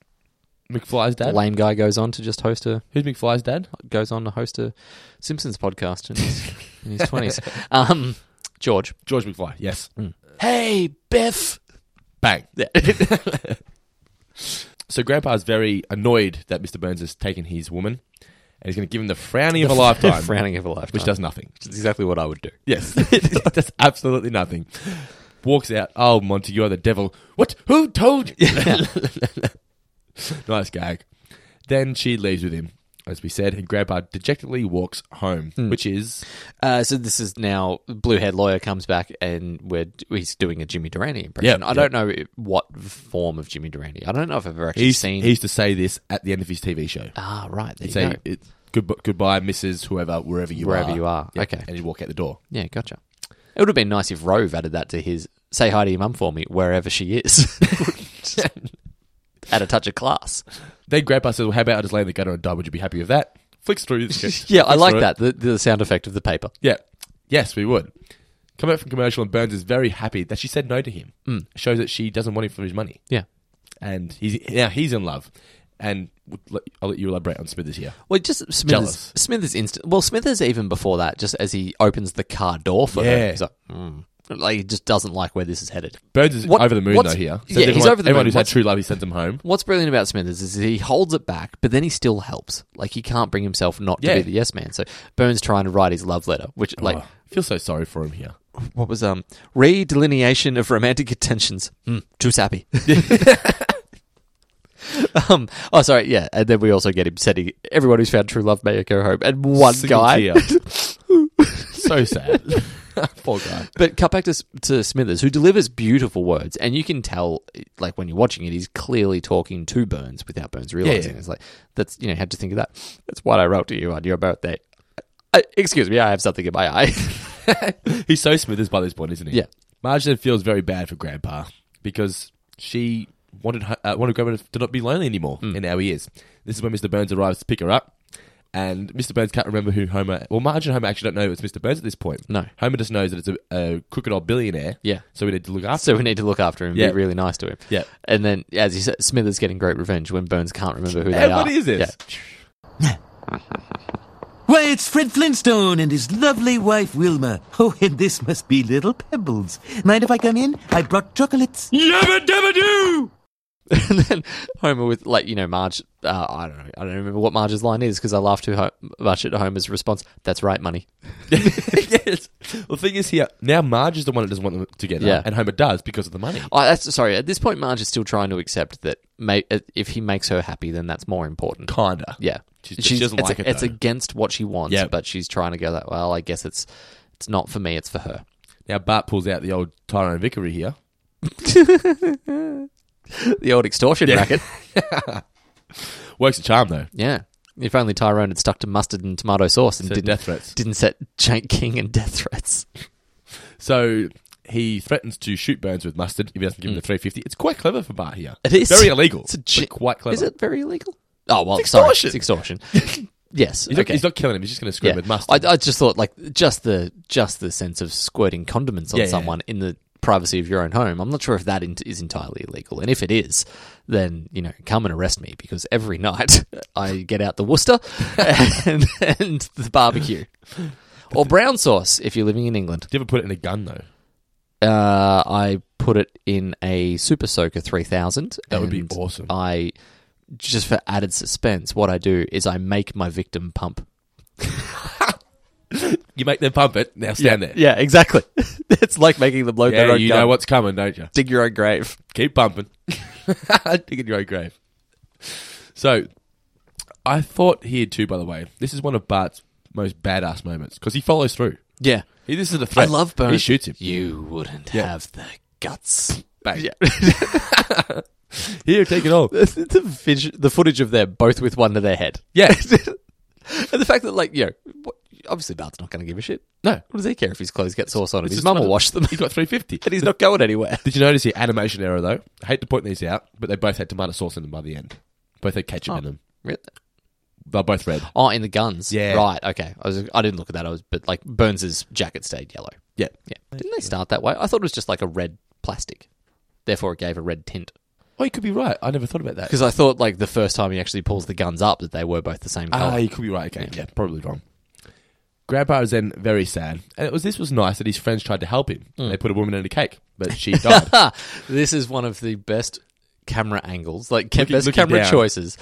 McFly's dad? Lame guy goes on to just host a who's McFly's dad goes on to host a Simpsons podcast in his, in his twenties. Um, George George McFly, yes. Mm. Hey, Biff. Bang. so Grandpa's very annoyed that Mr. Burns has taken his woman and he's going to give him the frowning of a The lifetime. frowning of a lifetime. Which does nothing. Which is exactly what I would do. Yes. It does absolutely nothing. Walks out. Oh, Monty, you're the devil. What? Who told you? nice gag. Then she leaves with him, as we said, and Grandpa dejectedly walks home, Hmm. which is Uh, so this is now blue haired lawyer comes back and we're he's doing a Jimmy Durante impression. Yeah, I don't know what form of Jimmy Durante. I don't know if I've ever actually he's, seen. he used to say this at the end of his TV show. Ah, right, there He'd you say, go. it, good, goodbye, Mrs. Whoever, wherever you are. Wherever you are. Yeah, Okay. And he'd walk out the door. yeah, gotcha. It would have been nice if Rove added that to his "Say hi to your mum for me wherever she is." Just Add a touch of class. Then Grandpa says, well, how about I just lay in the gutter and die? Would you be happy with that? Flicks through. Yeah, I flicks like through it. that. The, the sound effect of the paper. Yeah. Yes, we would. Come out from commercial and Burns is very happy that she said no to him. Mm. Shows that she doesn't want him for his money. Yeah. And he's now he's in love. And would let- I'll let you elaborate on Smithers here. Well, just Smithers. Jealous. Smithers instant. Well, Smithers even before that, just as he opens the car door for her, Yeah. he's like, "Mm." like he just doesn't like where this is headed. Burns is What- over the moon though what's- here. Says Yeah, he's everyone- over the Everyone moon. who's had What's- true love, he sends them home. What's brilliant about Smithers is he holds it back, but then he still helps. Like he can't bring himself not to Yeah. be the yes man. So Burns trying to write his love letter, which like Oh, I feel so sorry for him here. what was um redelineation of romantic intentions. Mm, too sappy. um. Oh, sorry. Yeah, and then we also get him setting everyone who's found true love may I go home, and one Single guy. tear. so sad. Poor guy. But cut back to, S- to Smithers, who delivers beautiful words, and you can tell, like when you're watching it, he's clearly talking to Burns without Burns realizing. yeah. It's like that's you know how'd you think of that? That's what I wrote to you on your birthday. I, excuse me, I have something in my eye. He's so Smithers by this point, isn't he? Yeah. Marge then feels very bad for Grandpa because she Mm. wanted her, uh, wanted Grandpa to not be lonely anymore, and now he is. This is when Mr. Burns arrives to pick her up, And Mr. Burns can't remember who Homer. Well, Marge and Homer actually don't know it's Mr. Burns at this point. No. Homer just knows that it's a, a crooked old billionaire. Yeah. So we need to look after. So him. we need to look after him, and Yeah. be really nice to him. Yeah. And then, as you said, Smithers getting great revenge when Burns can't remember who they Hey, are. Eh, what is this? Why, it's Fred Flintstone and his lovely wife Wilma. Oh, and this must be little pebbles. Mind if I come in? I brought chocolates. Yabba dabba doo! and then Homer with like you know Marge. Uh, I don't know. I don't remember what Marge's line is because I laughed too ho- much at Homer's response. That's right, money. Well, the thing is here now, Marge is the one that doesn't want them together, Yeah. and Homer does because of the money. Oh, that's sorry. At this point, Marge is still trying to accept that ma- if he makes her happy, then that's more important. Kinda. Yeah. She- she doesn't it's, like it, It's though. against what she wants, Yeah. but she's trying to go that. Well, I guess it's it's not for me. It's for her. Now Bart pulls out the old Tyrone Vickery here. the old extortion Yeah. racket. Works a charm though. Yeah. If only Tyrone had stuck to mustard and tomato sauce and So didn't death threats. didn't set Jake King and death threats. So he threatens to shoot Burns with mustard if he doesn't give him the three fifty. It's quite clever for Bart here. Mm. It is very illegal. It's a but ge- quite clever. Is it very illegal? Oh well, It's sorry, extortion. it's extortion. yes, He's not- okay. he's not killing him, he's just gonna squirt him with mustard. I, I just thought like just the just the sense of squirting condiments on Yeah, yeah. someone in the privacy of your own home. I'm not sure if that in- is entirely illegal, and if it is, then you know come and arrest me because every night I get out the Worcester and, and the barbecue or brown sauce if you're living in England. Do you ever put it in a gun though? Uh, I put it in a Super Soaker 3000. That would be and awesome. I just for added suspense, what I do is I make my victim pump. You make them pump it. Now stand yeah, there. Yeah, exactly. it's like making them blow Yeah, their own you gun. know what's coming, don't you? Dig your own grave. Keep pumping. Dig in your own grave. So, I thought here too. By the way, this is one of Bart's most badass moments because he follows through. Yeah. he, this is a threat. I love Burns. He shoots him. You wouldn't Yeah. have the guts. Bang. Yeah. Here, take it all. the, vis- the footage of them both with one to their head. Yeah. and the fact that, like, you know, what, obviously Bart's not going to give a shit. No. What does he care if his clothes get sauce on him? It's His just mum one will of- wash them. He's got three fifty, and he's not going anywhere. Did you notice the animation error though? I hate to point these out, but they both had tomato sauce in them by the end. Both had Oh. ketchup in them. Really? They're both red. Oh, in the guns. Yeah. Right. Okay. I was. I didn't look at that. I was. But like Burns's jacket stayed yellow. Yeah. Yeah. Didn't they start that way? I thought it was just like a red plastic. Therefore, it gave a red tint. Oh, you could be right. I never thought about that. Because I thought like the first time he actually pulls the guns up that they were both the same color. Ah, you could be right. Okay, yeah, probably wrong. Grandpa is then very sad, and it was this was nice that his friends tried to help him. Mm. They put a woman in a cake, but she died. this is one of the best camera angles, like Looking- best looking camera down. choices.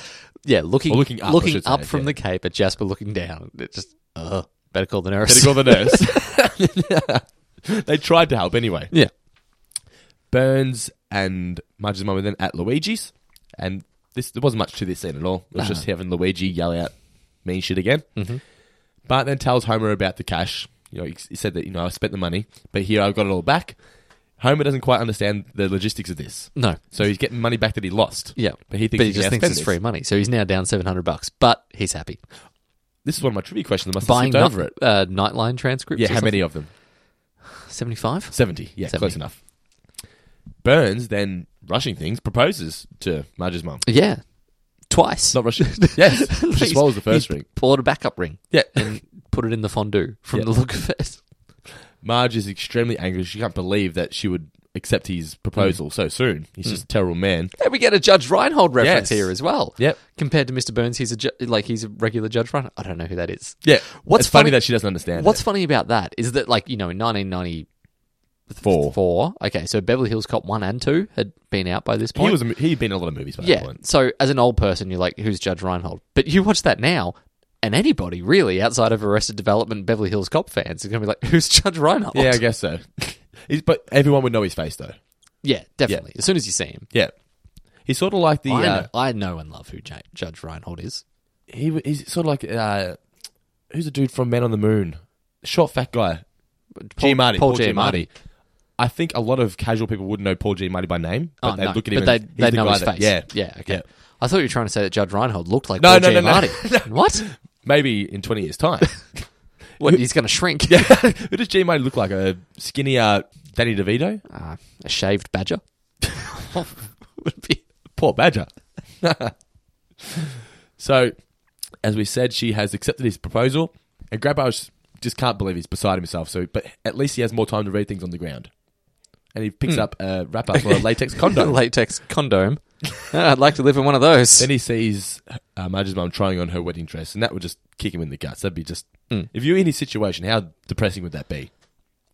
Yeah, looking Or looking up, I should say, from yeah. the cape at Jasper, looking down. It just uh, better call the nurse. Better call the nurse. they tried to help anyway. Yeah. Burns and Marge's mum were then at Luigi's, and this there wasn't much to this scene at all. It was No. just having Luigi yell out mean shit again. Mhm. Bart then tells Homer about the cash. You know, he he said that you know I spent the money, but here I've got it all back. Homer doesn't quite understand the logistics of this. No. so he's getting money back that he lost. yeah, but he thinks he's just gonna thinks spend it's this. free money, so he's now down seven hundred bucks, but he's happy. This is one of my trivia questions. I must Buying have night- skipped over it. uh, Nightline transcripts. Yeah, how many of them? Seventy-five. Seventy. Yeah, close enough. Burns then rushing things proposes to Marge's mum. Yeah, twice. Not rushing. yes, she He's- swallows the first he's ring. Bought a backup ring. Yeah. and put it in the fondue. From Yeah. the look of it, Marge is extremely angry. She can't believe that she would accept his proposal so soon. He's just a terrible man. Hey, we get a Judge Reinhold reference Yes. here as well. Yep. Compared to Mr. Burns, he's a ju- like he's a regular Judge Reinhold. I don't know who that is. Yeah. What's funny, that she doesn't understand. What's it. funny about that is that like you know in 1994, four. Okay, so Beverly Hills Cop one and two had been out by this point. he was a- he'd been in a lot of movies by that yeah. point. So as an old person, you're like, who's Judge Reinhold? But you watch that now. And anybody really outside of Arrested Development, Beverly Hills Cop fans is going to be like, "Who's Judge Reinhold?" Yeah, I guess so. He's- but everyone would know his face though. yeah, definitely. As soon as you see him, Yeah, he's sort of like the I, uh, know, I know and love who J- Judge Reinhold is. he w- he's sort of like uh, who's the dude from Man on the Moon? Short fat guy. Paul- Giamatti. Paul Giamatti. I think a lot of casual people would know Paul Giamatti by name, but Oh, they no, would look at but him. they and he's they the know guy his that- face. Yeah, yeah. Okay. yeah. I thought you were trying to say that Judge Reinhold looked like No, Paul no, no, no, Giamatti. What? Maybe in twenty years' time. What, he's going to shrink? Yeah. Who does Giamatti look like? A skinnier Danny DeVito? Uh, a shaved badger. Poor badger. so As we said, she has accepted his proposal, and Grabauer just can't believe he's beside himself. So, but at least he has more time to read things on the ground, and he picks Hmm. up a wrapper for a latex condom. latex condom. Ah, I'd like to live in one of those. Then he sees uh, Marge's mum trying on her wedding dress, and that would just kick him in the guts. That'd be just. If you're in his situation, how depressing would that be?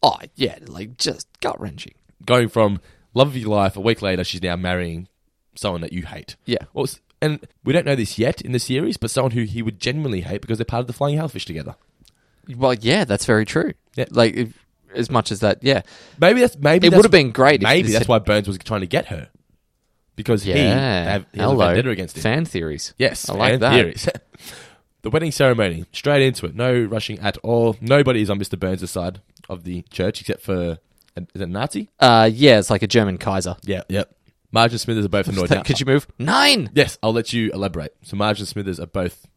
Oh yeah, like just gut wrenching. Going from love of your life, a week later, she's now marrying someone that you hate. Yeah. Well, s- and we don't know this yet in the series, but someone who he would genuinely hate because they're part of the Flying Hellfish together. Well, yeah, that's very true. Yeah. Like if, as much as that, yeah. Maybe that's maybe it that's- would have been great. if Maybe this that's had- why Burns was trying to get her because he, Yeah. have, he has a Hello. vendetta against him. Fan theories. Yes, I like fan that. Theories. the wedding ceremony, straight into it. No rushing at all. Nobody is on Mr. Burns' side of the church except for is it a Nazi? Uh, yeah, it's like a German Kaiser. Yeah, yep. Marge and Smithers are both annoyed. now. Could you move nine? Yes, I'll let you elaborate. So Marge and Smithers are both.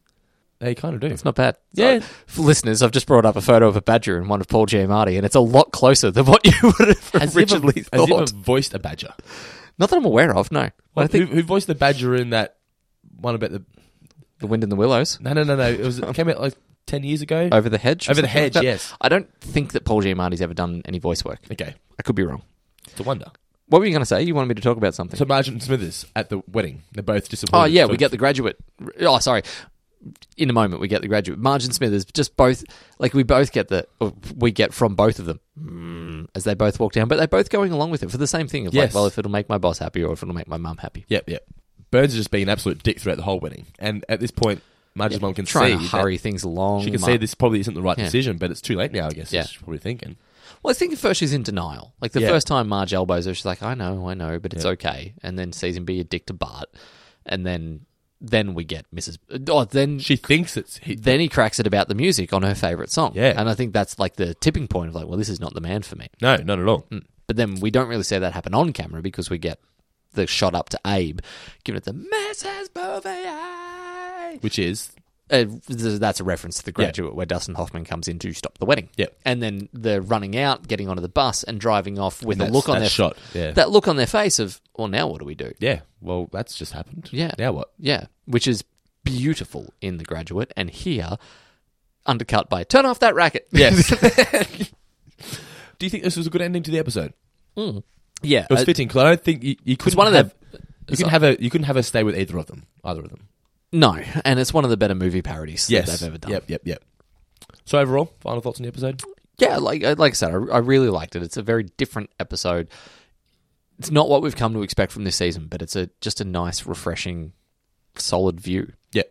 They kind of do. It's not bad. Yeah. For listeners, I've just brought up a photo of a badger and one of Paul Giamatti, and it's a lot closer than what you would have Has he ever- originally has thought. he ever voiced a badger? Not that I'm aware of. No. Well, I think who, who voiced the badger in that one about the the Wind in the Willows. No, no, no, no. It was it came out like ten years ago. Over the hedge. or Over the something hedge. like that. yes. I don't think that Paul Giamatti's ever done any voice work. Okay. I could be wrong. It's a wonder. What were you going to say? You wanted me to talk about something. So Marge and Smithers at the wedding, they're both disappointed. Oh yeah, So we get the graduate. Oh, sorry. In a moment, we get the graduate. Margin Smithers, just both. Like we both get the or we get from both of them mm, as they both walk down, but they're both going along with it for the same thing. Of Yes. like, well, if it'll make my boss happy or if it'll make my mum happy. Yep, yep. Burns has just been an absolute dick throughout the whole wedding, and at this point, Marge's mum can trying see to that- hurry things along. She can Mar- see this probably isn't the right Yeah. decision, but it's too late now. I guess. Yeah. Yeah. She's probably thinking. Well, I think at first she's in denial. Like the Yeah. first time Marge elbows her, she's like, "I know, I know, but it's Yeah. okay." And then sees him be a dick to Bart, and then then we get Mrs. Oh, then she thinks it's he, then he cracks it about the music on her favorite song. Yeah. and I think that's like the tipping point of like, well, this is not the man for me. No, not at all. Mm. But then we don't really see that happen on camera because we get the shot up to Abe giving it the Mrs. Bouvier, which is. Uh, th- that's a reference to the graduate where Dustin Hoffman comes in to stop the wedding. Yep. And then they're running out, getting onto the bus, and driving off with And a that's- look on that their shot, yeah. that look on their face of, well, now what do we do? Yeah. Well, that's just happened. Yeah. Now what? Yeah, which is beautiful in The Graduate, and here undercut by turn off that racket. Yes. Do you think this was a good ending to the episode? Mm. Yeah, It was uh, fitting because I don't think you, you could one of the- have, you couldn't have a you couldn't have a stay with either of them. Either of them. No, and it's one of the better movie parodies Yes. that they've ever done. Yep. Yep. Yep. So overall, final thoughts on the episode? Yeah, like uh, like I said, I, I really liked it. It's a very different episode. It's not what we've come to expect from this season, but it's a just a nice, refreshing, solid view. Yeah.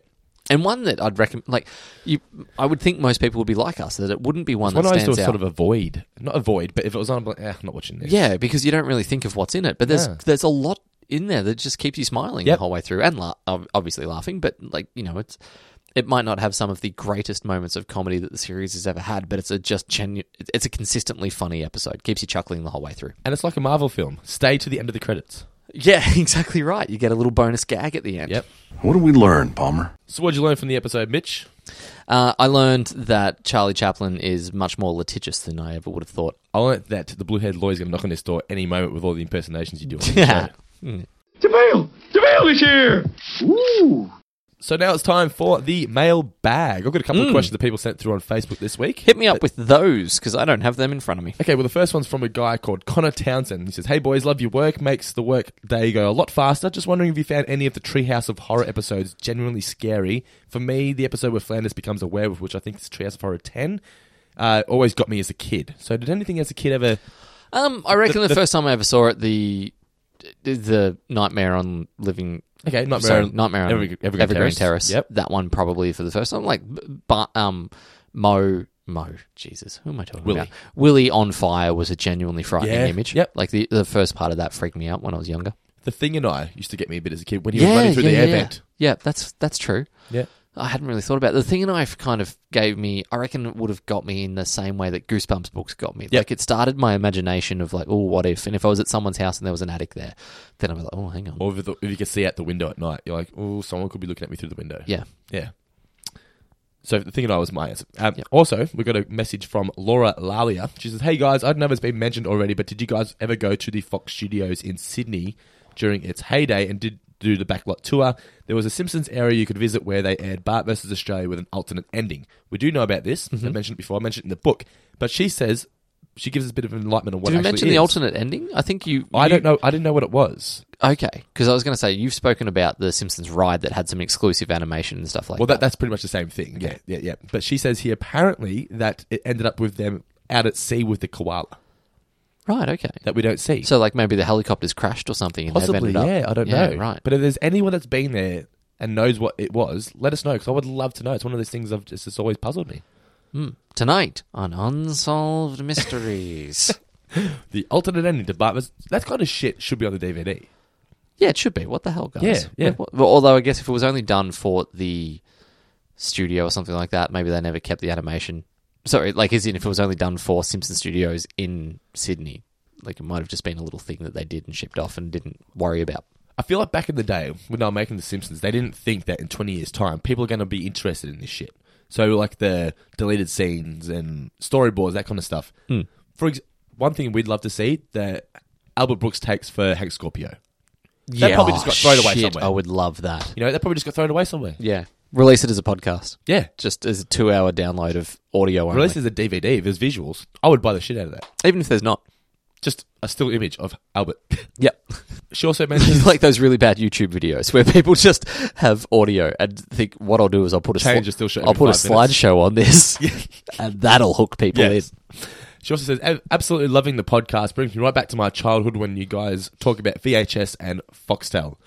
and one that I'd recommend. Like you, I would think most people would be like us that it wouldn't be one It's one that I stands sort of- out. sort of avoid, not avoid, but if it was on, I'm like, eh, I'm not watching this. yeah, because you don't really think of what's in it, but there's Yeah. there's a lot in there that just keeps you smiling Yep. the whole way through, and la- ob- obviously laughing. But like you know, it's it might not have some of the greatest moments of comedy that the series has ever had, but it's a just genu- it's a consistently funny episode. Keeps you chuckling the whole way through. And it's like a Marvel film. Stay to the end of the credits. Yeah, exactly right. You get a little bonus gag at the end. Yep. What did we learn, Palmer? So what'd you learn from the episode, Mitch? Uh, I learned that Charlie Chaplin is much more litigious than I ever would have thought. I learned that the blue-haired lawyer's going to knock on this door any moment with all the impersonations you do. On the Yeah. show. Hmm. DeVille! DeVille is here! Ooh! So now it's time for the mailbag. I've got a couple of Mm. questions that people sent through on Facebook this week. Hit me up with those because I don't have them in front of me. Okay, well, the first one's from a guy called Connor Townsend. He says, Hey, boys, love your work. Makes the work day go a lot faster. Just wondering if you found any of the Treehouse of Horror episodes genuinely scary. For me, the episode where Flanders becomes a werewolf, which I think is Treehouse of Horror 10, uh, always got me as a kid. So, did anything as a kid ever. Um, I reckon The- the, the- first time I ever saw it, the the Nightmare on Living. Okay, Nightmare on- Nightmare on Evergre- Evergreen, Evergreen Terrace. Terrace. Yep, that one probably for the first time. Like, but um, Mo Mo Jesus, who am I talking Willy. about? Willie on fire was a genuinely frightening Yeah, image. Yep, like the the first part of that freaked me out when I was younger. The Thing and I used to get me a bit as a kid when he was running through the air vent. Yeah, that's that's true. Yeah. I hadn't really thought about it. the thing, and I kind of gave me. I reckon it would have got me in the same way that Goosebumps books got me. Yeah. Like it started my imagination of like, oh, what if? And if I was at someone's house and there was an attic there, then I'd be like, oh, hang on. Or if, the, if you could see out the window at night, you're like, oh, someone could be looking at me through the window. Yeah. Yeah. So the thing that I was my answer. Um, Also, we got a message from Laura Lalia. She says, "Hey guys, I don't know if it's been mentioned already, but did you guys ever go to the Fox Studios in Sydney during its heyday? And did do the backlot tour. There was a Simpsons area you could visit where they aired Bart versus Australia with an alternate ending. We do know about this. Mm-hmm. I mentioned it before. I mentioned it in the book. But she says she gives us a bit of enlightenment on what. Did you actually mention the is. alternate ending? I think you. I you- don't know. I didn't know what it was. Okay, because I was going to say you've spoken about the Simpsons ride that had some exclusive animation and stuff like well, that. that, that's pretty much the same thing. Yeah, yeah, yeah. But she says here apparently that it ended up with them out at sea with the koala. Right. Okay. That we don't see. So, like maybe the helicopters crashed or something. And they've Possibly, ended up- yeah. I don't Yeah, know. Right. But if there's anyone that's been there and knows what it was, let us know because I would love to know. It's one of those things I've just it's always puzzled me. Hmm. Tonight on Unsolved Mysteries. the alternate ending to Bart was that kind of shit should be on the DVD. Yeah, it should be. What the hell, guys? Yeah, yeah. What- what- although I guess if it was only done for the studio or something like that, maybe they never kept the animation. Sorry, like as in if it was only done for Simpson Studios in Sydney, like it might have just been a little thing that they did and shipped off and didn't worry about. I feel like back in the day when they were making The Simpsons, they didn't think that in 20 years' time people are going to be interested in this shit. So, like the deleted scenes and storyboards, that kind of stuff. Hmm. For ex- one thing we'd love to see that Albert Brooks takes for Hank Scorpio. Yeah. that probably just Oh, got thrown away shit, somewhere. I would love that. You know, that probably just got thrown away somewhere. Yeah, release it as a podcast. Yeah, just as a two-hour download of audio. Only. Released as a DVD, if there's visuals, I would buy the shit out of that. Even if there's not. Just a still image of Albert. Yep. She also mentions like those really bad YouTube videos where people just have audio and think, "What I'll do is I'll put a Change sli- the still shot I'll every put a five minutes." slideshow on this, and that'll hook people Yes. She also says, "Ab- absolutely loving the podcast. Brings me right back to my childhood when you guys talk about VHS and Foxtel.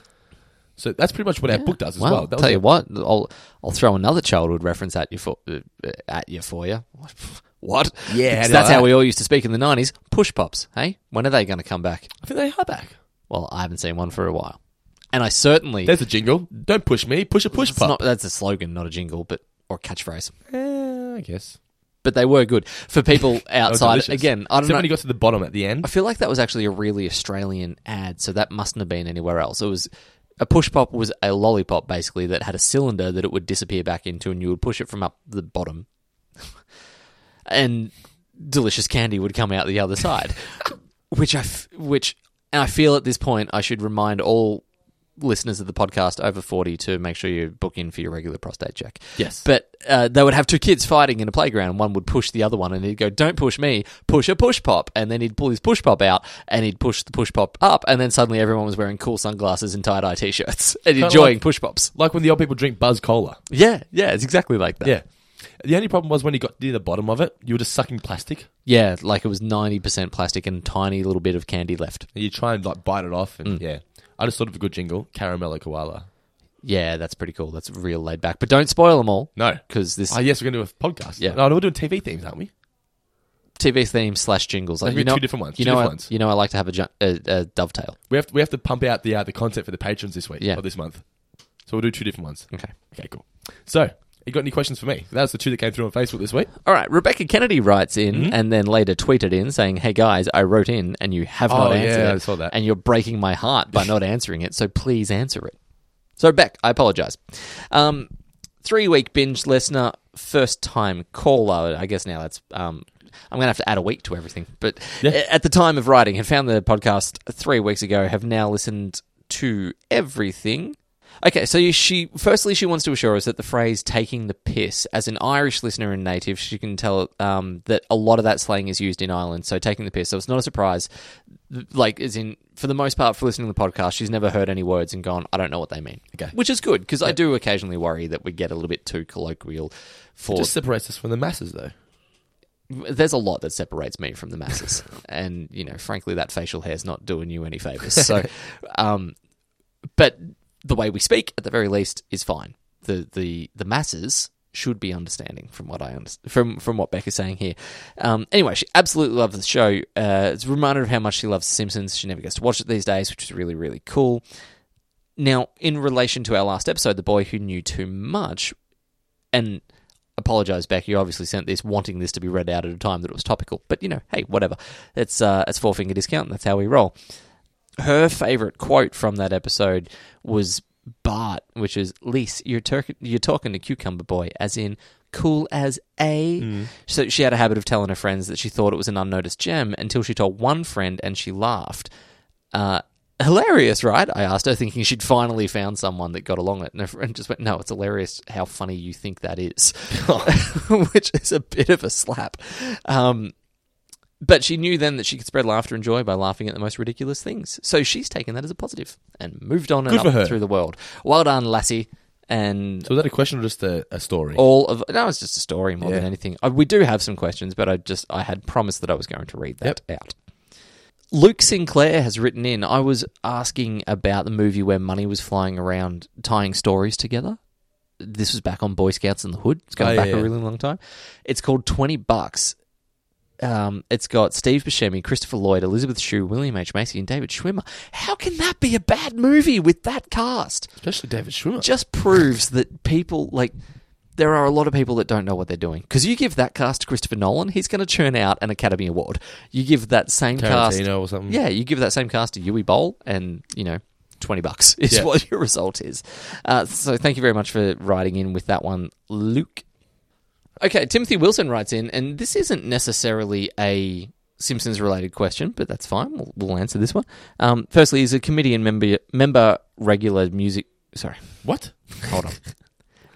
So that's pretty much what our book does in. as Wow. well. That Tell was you a- what, I'll I'll throw another childhood reference at you for uh, at you for you. What? Yeah, Because I know that's how that. we all used to speak in the nineties. Push pops. Hey, when are they going to come back? I think they are back. Well, I haven't seen one for a while, and I certainly There's a jingle. Don't push me. Push a push It's pop. not- that's a slogan, not a jingle, but or catchphrase. Eh, I guess. But they were good for people outside. delicious. Again, I don't Except know. when you got to the bottom at the end. I feel like that was actually a really Australian ad, so that mustn't have been anywhere else. It was a push pop was a lollipop basically that had a cylinder that it would disappear back into, and you would push it from up the bottom, and delicious candy would come out the other side. which I f- which and I feel at this point I should remind all listeners of the podcast over 40 to make sure you book in for your regular prostate check. Yes. But uh, they would have two kids fighting in a playground. One would push the other one and he'd go, Don't push me, push a push pop. And then he'd pull his push pop out and he'd push the push pop up. And then suddenly everyone was wearing cool sunglasses and tie dye t shirts and Kinda enjoying like- push pops. Like when the old people drink Buzz Cola. Yeah, yeah, it's exactly like that. Yeah. The only problem was when you got near the bottom of it, you were just sucking plastic. Yeah, like it was 90% plastic and tiny little bit of candy left. And you try and like bite it off. Mm. And yeah. I just thought of a good jingle Caramello Koala. Yeah, that's pretty cool. That's real laid back. But don't spoil them all. No. Because this Oh, yes, we're going to do a podcast. Yeah. No, we're doing TV themes, aren't we? TV theme slash jingles. Like, Maybe you know, two different ones, You two know, different I, ones. you know, I like to have a, ju- a, a dovetail. We have to, we have to pump out the uh, the content for the patrons this week Yeah. or this month. So we'll do two different ones. Okay. Okay, cool. So, you got any questions for me? That was the two that came through on Facebook this week. All right, Rebecca Kennedy writes in Mm-hmm. and then later tweeted in saying, "Hey guys, I wrote in and you have not Oh, answered yeah, it, I saw that. and you're breaking my heart by not answering it. So please answer it." So Beck, I apologize. Um, three week binge listener, first time caller. I guess now that's um, I'm going to have to add a week to everything. But at the time of writing, had found the podcast three weeks ago. Have now listened to everything. Okay, so you- she firstly she wants to assure us that the phrase "taking the piss," as an Irish listener and native, she can tell um, that a lot of that slang is used in Ireland. So taking the piss, so it's not a surprise. Like, as in, for the most part, for listening to the podcast, she's never heard any words and gone, "I don't know what they mean." Okay. which is good because I do occasionally worry that we get a little bit too colloquial. For It just separates us from the masses, though. there's a lot that separates me from the masses, and you know, frankly, that facial hair's not doing you any favors. So, um, but the way we speak, at the very least, is fine. the the The masses should be understanding from what I understand, from from what Becca's saying here. Um, anyway, she absolutely loves the show. Uh, it's a reminder of how much she loves The Simpsons. She never gets to watch it these days, which is really really cool. Now, in relation to our last episode, the boy who knew too much, and apologize, Beck, you obviously sent this wanting this to be read out at a time that it was topical. But you know, hey, whatever. It's uh, it's four finger discount. And that's how we roll. Her favorite quote from that episode was Bart, which is "Lise, you're turk- you're talking to cucumber boy," as in cool as a. So she had a habit of telling her friends that she thought it was an unnoticed gem until she told one friend and she laughed. Uh, hilarious, right? I asked her, thinking she'd finally found someone that got along it. And her friend just went, No, it's hilarious how funny you think that is, which is a bit of a slap. Um, but she knew then that she could spread laughter and joy by laughing at the most ridiculous things. So she's taken that as a positive and moved on and Good for up her. through the world. Well done, lassie. And So was that a question or just a, a story? all of no, it's just a story more than Yeah. anything. Uh, We do have some questions, but I just I had promised that I was going to read that out. Luke Sinclair has written in. I was asking about the movie where money was flying around, tying stories together. This was back on Boy Scouts in the Hood. It's going Oh, back yeah, a yeah. really long time. It's called Twenty Bucks. Um, it's got Steve Buscemi, Christopher Lloyd, Elizabeth Shue, William H Macy, and David Schwimmer. How can that be a bad movie with that cast? Especially David Schwimmer. Just proves that people like there are a lot of people that don't know what they're doing. Because you give that cast to Christopher Nolan, he's going to churn out an Academy Award. You give that same cast, Tarantino or something. yeah, you give that same cast to Yui Bowl, and you know, twenty bucks is Yeah. what your result is. Uh, so thank you very much for writing in with that one, Luke. Okay, Timothy Wilson writes in, and this isn't necessarily a Simpsons related question, but that's fine. We'll, we'll answer this one. Um, firstly, is a comedian member member regular music? Sorry, what? Hold on.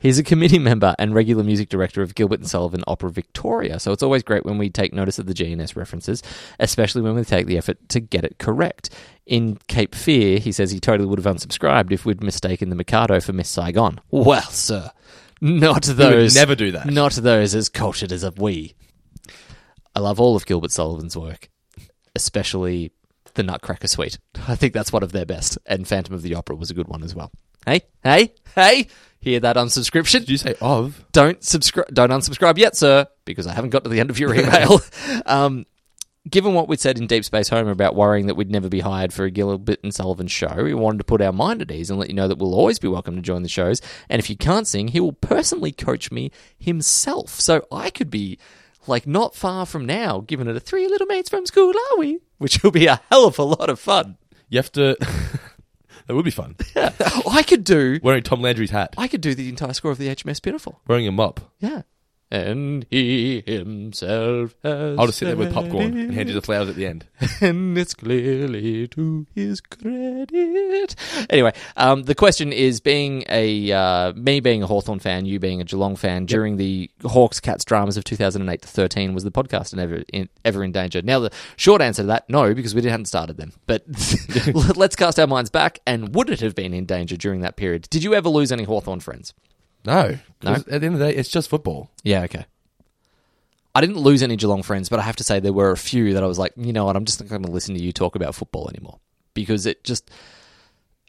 He's a committee member and regular music director of Gilbert and Sullivan Opera Victoria, so it's always great when we take notice of the GNS references, especially when we take the effort to get it correct. In Cape Fear, he says he totally would have unsubscribed if we'd mistaken the Mikado for Miss Saigon. Well, sir, not You would those. never do that. Not those as cultured as we. I love all of Gilbert Sullivan's work, especially the Nutcracker Suite. I think that's one of their best, and Phantom of the Opera was a good one as well. Hey, hey, hey! Hear that unsubscription? Did you say of? Don't subscribe. Don't unsubscribe yet, sir, because I haven't got to the end of your email. um, given what we'd said in Deep Space Home about worrying that we'd never be hired for a Gilbert and Sullivan show, we wanted to put our mind at ease and let you know that we'll always be welcome to join the shows. And if you can't sing, he will personally coach me himself, so I could be like not far from now, giving it a three little mates from school, are we? Which will be a hell of a lot of fun. You have to. that would be fun. I could do wearing Tom Landry's hat, I could do the entire score of the HMS Beautiful. wearing a mop. Yeah. And he himself has I'll just sit there with said popcorn and hand you the flowers at the end. and it's clearly to his credit. Anyway, um, the question is: being a uh, me being a Hawthorn fan, you being a Geelong fan, during the Hawks Cats dramas of 2008 to 13, was the podcast ever in, ever in danger? Now, the short answer to that, no, because we hadn't started then. But let's cast our minds back, and would it have been in danger during that period? Did you ever lose any Hawthorn friends? No, No? 'cause At the end of the day, it's just football. Yeah, okay. I didn't lose any Geelong friends, but I have to say there were a few that I was like, you know what, I'm just not going to listen to you talk about football anymore because it just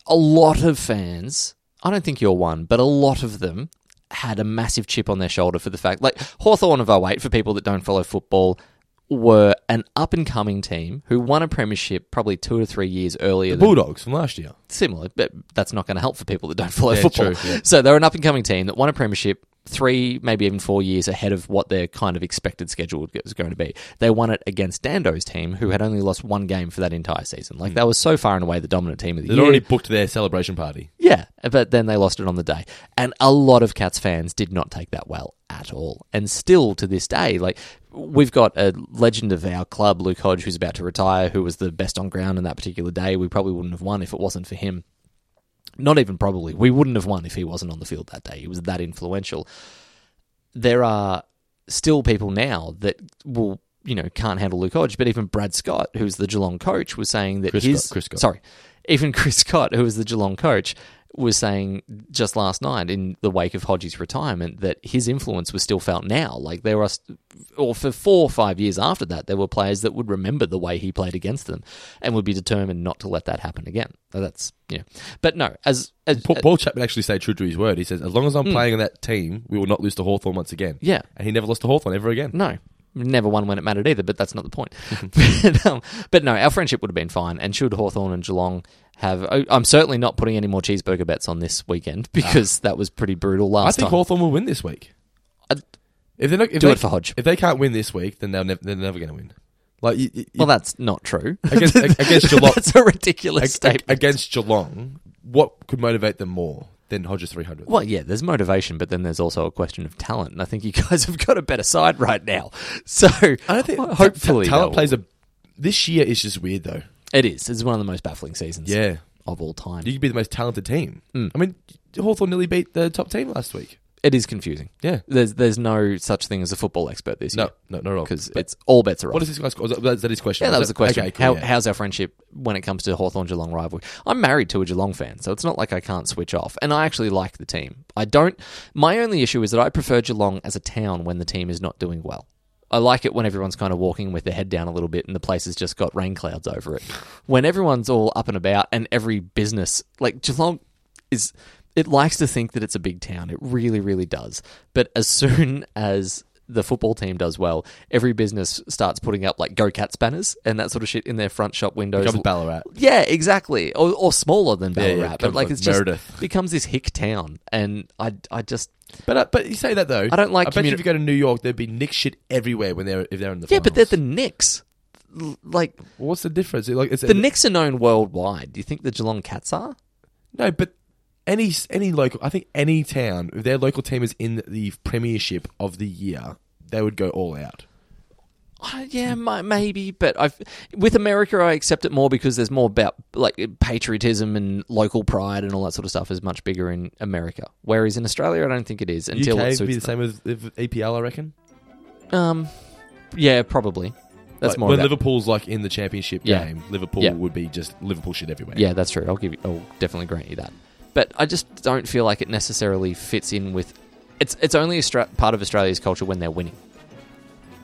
a lot of fans. I don't think you're one, but a lot of them had a massive chip on their shoulder for the fact, like Hawthorn of 08, for people that don't follow football, were an up and coming team who won a premiership probably two or three years earlier. The than- Bulldogs from last year. similar, but that's not going to help for people that don't follow Yeah, football. true, yeah. So they're an up and coming team that won a premiership three, maybe even four years ahead of what their kind of expected schedule was going to be. They won it against Dando's team, who had only lost one game for that entire season. Like they were so far and away the dominant team of the Hmm. They'd year. already booked their celebration party. Yeah, but then they lost it on the day. And a lot of Cats fans did not take that well at all. And still to this day, like we've got a legend of our club, Luke Hodge, who's about to retire, who was the best on ground on that particular day. We probably wouldn't have won if it wasn't for him. Not even probably. We wouldn't have won if he wasn't on the field that day. He was that influential. There are still people now that will, you know, can't handle Luke Hodge, but even Brad Scott, who's the Geelong coach, was saying that Chris his Scott, Chris Scott. sorry, even Chris Scott, who was the Geelong coach, was saying just last night in the wake of Hodges' retirement that his influence was still felt now. Like there are, st- or for four or five years after that, there were players that would remember the way he played against them and would be determined not to let that happen again. So that's you know, but no, as as Paul, Paul Chapman actually stayed true to his word. He says, as long as I'm Mm. playing on that team, we will not lose to Hawthorn once again. Yeah. And he never lost to Hawthorn ever again. No, never won when it mattered either, but that's not the point. but, um, but no, our friendship would have been fine. And should Hawthorn and Geelong have. I- I'm certainly not putting any more cheeseburger bets on this weekend because that was pretty brutal last Ah. I think time. Hawthorn will win this week. if they're not, if Do they- it for Hodge. If they can't win this week, then they'll nev- they're never going to win. Like, you, you- well, that's not true. against, ag- against Geelong. that's a ridiculous ag- ag- statement. Against Geelong, what could motivate them more than Hodges 300? Well, yeah, there's motivation, but then there's also a question of talent. And I think you guys have got a better side right now. So I don't think hopefully Talent they'll- plays a. This year is just weird though. It is. It's one of the most baffling seasons. Yeah. Of all time. You could be the most talented team. Hmm. I mean, Hawthorn nearly beat the top team last week. It is confusing. Yeah. There's there's no such thing as a football expert this No, year. no, not at all. Because it's all bets are off. What is this guy's score? Is that- Is that his question? Yeah, that was the question. Okay, cool, How, yeah. How's our friendship when it comes to Hawthorn Geelong rivalry? I'm married to a Geelong fan, so it's not like I can't switch off. And I actually like the team. I don't. My only issue is that I prefer Geelong as a town when the team is not doing well. I like it when everyone's kind of walking with their head down a little bit and the place has just got rain clouds over it. When everyone's all up and about and every business, like Geelong is it likes to think that it's a big town. It really, really does. But as soon as the football team does well, every business starts putting up like Go Cats banners and that sort of shit in their front shop windows. Becomes Ballarat. Yeah, exactly. Or, or smaller than Yeah, yeah, Ballarat. but comes like with it's just Meredith. becomes this hick town. And I, I just. But uh, but you say that though. I don't like I bet you communi- if you go to New York, there'd be Nick shit everywhere when they're if they're in the Yeah, finals. but they're the Knicks. L- Like what's the difference? Like it's the Knicks are known worldwide. Do you think the Geelong Cats are? No, but any any local, I think any town, if their local team is in the premiership of the year, they would go all out. Uh, yeah, mi- maybe, but I've with America, I accept it more because there's more about like patriotism and local pride and all that sort of stuff is much bigger in America. Whereas in Australia, I don't think it is until UK it would suits be the them. same as with EPL, I reckon. Um, yeah, probably. That's Like, more when about- Liverpool's like in the championship Yeah. game. Liverpool Yeah. would be just Liverpool shit everywhere. Yeah, that's true. I'll give you. I'll definitely grant you that. But I just don't feel like it necessarily fits in with. It's it's only a stra- part of Australia's culture when they're winning,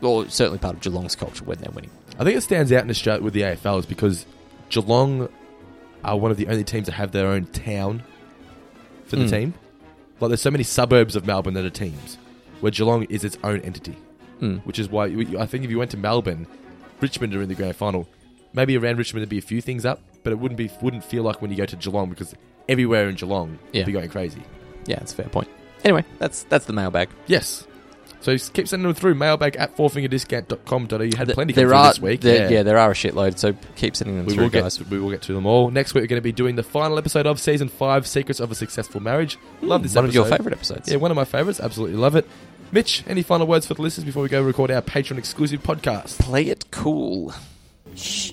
or certainly part of Geelong's culture when they're winning. I think it stands out in Australia with the AFL is because Geelong are one of the only teams that have their own town for the Mm. team. Like there's so many suburbs of Melbourne that are teams, where Geelong is its own entity, Mm. which is why you- I think if you went to Melbourne, Richmond are in the grand final. Maybe around Richmond there'd be a few things up, but it wouldn't be wouldn't feel like when you go to Geelong because everywhere in Geelong Yeah. you'd be going crazy. Yeah, that's a fair point. Anyway, that's that's the mailbag. Yes. So just keep sending them through mailbag at fourfingerdiscount.com.au. You had plenty come there through are this week. There, yeah. there are a shitload. So keep sending them we through, will guys. get we will get to them all next week. We're going to be doing the final episode of season five, "Secrets of a Successful Marriage." Love this. one of your episode. favourite episodes. Yeah, one of my favorites. Absolutely love it. Mitch, any final words for the listeners before we go record our Patreon exclusive podcast? Play it cool. Shh.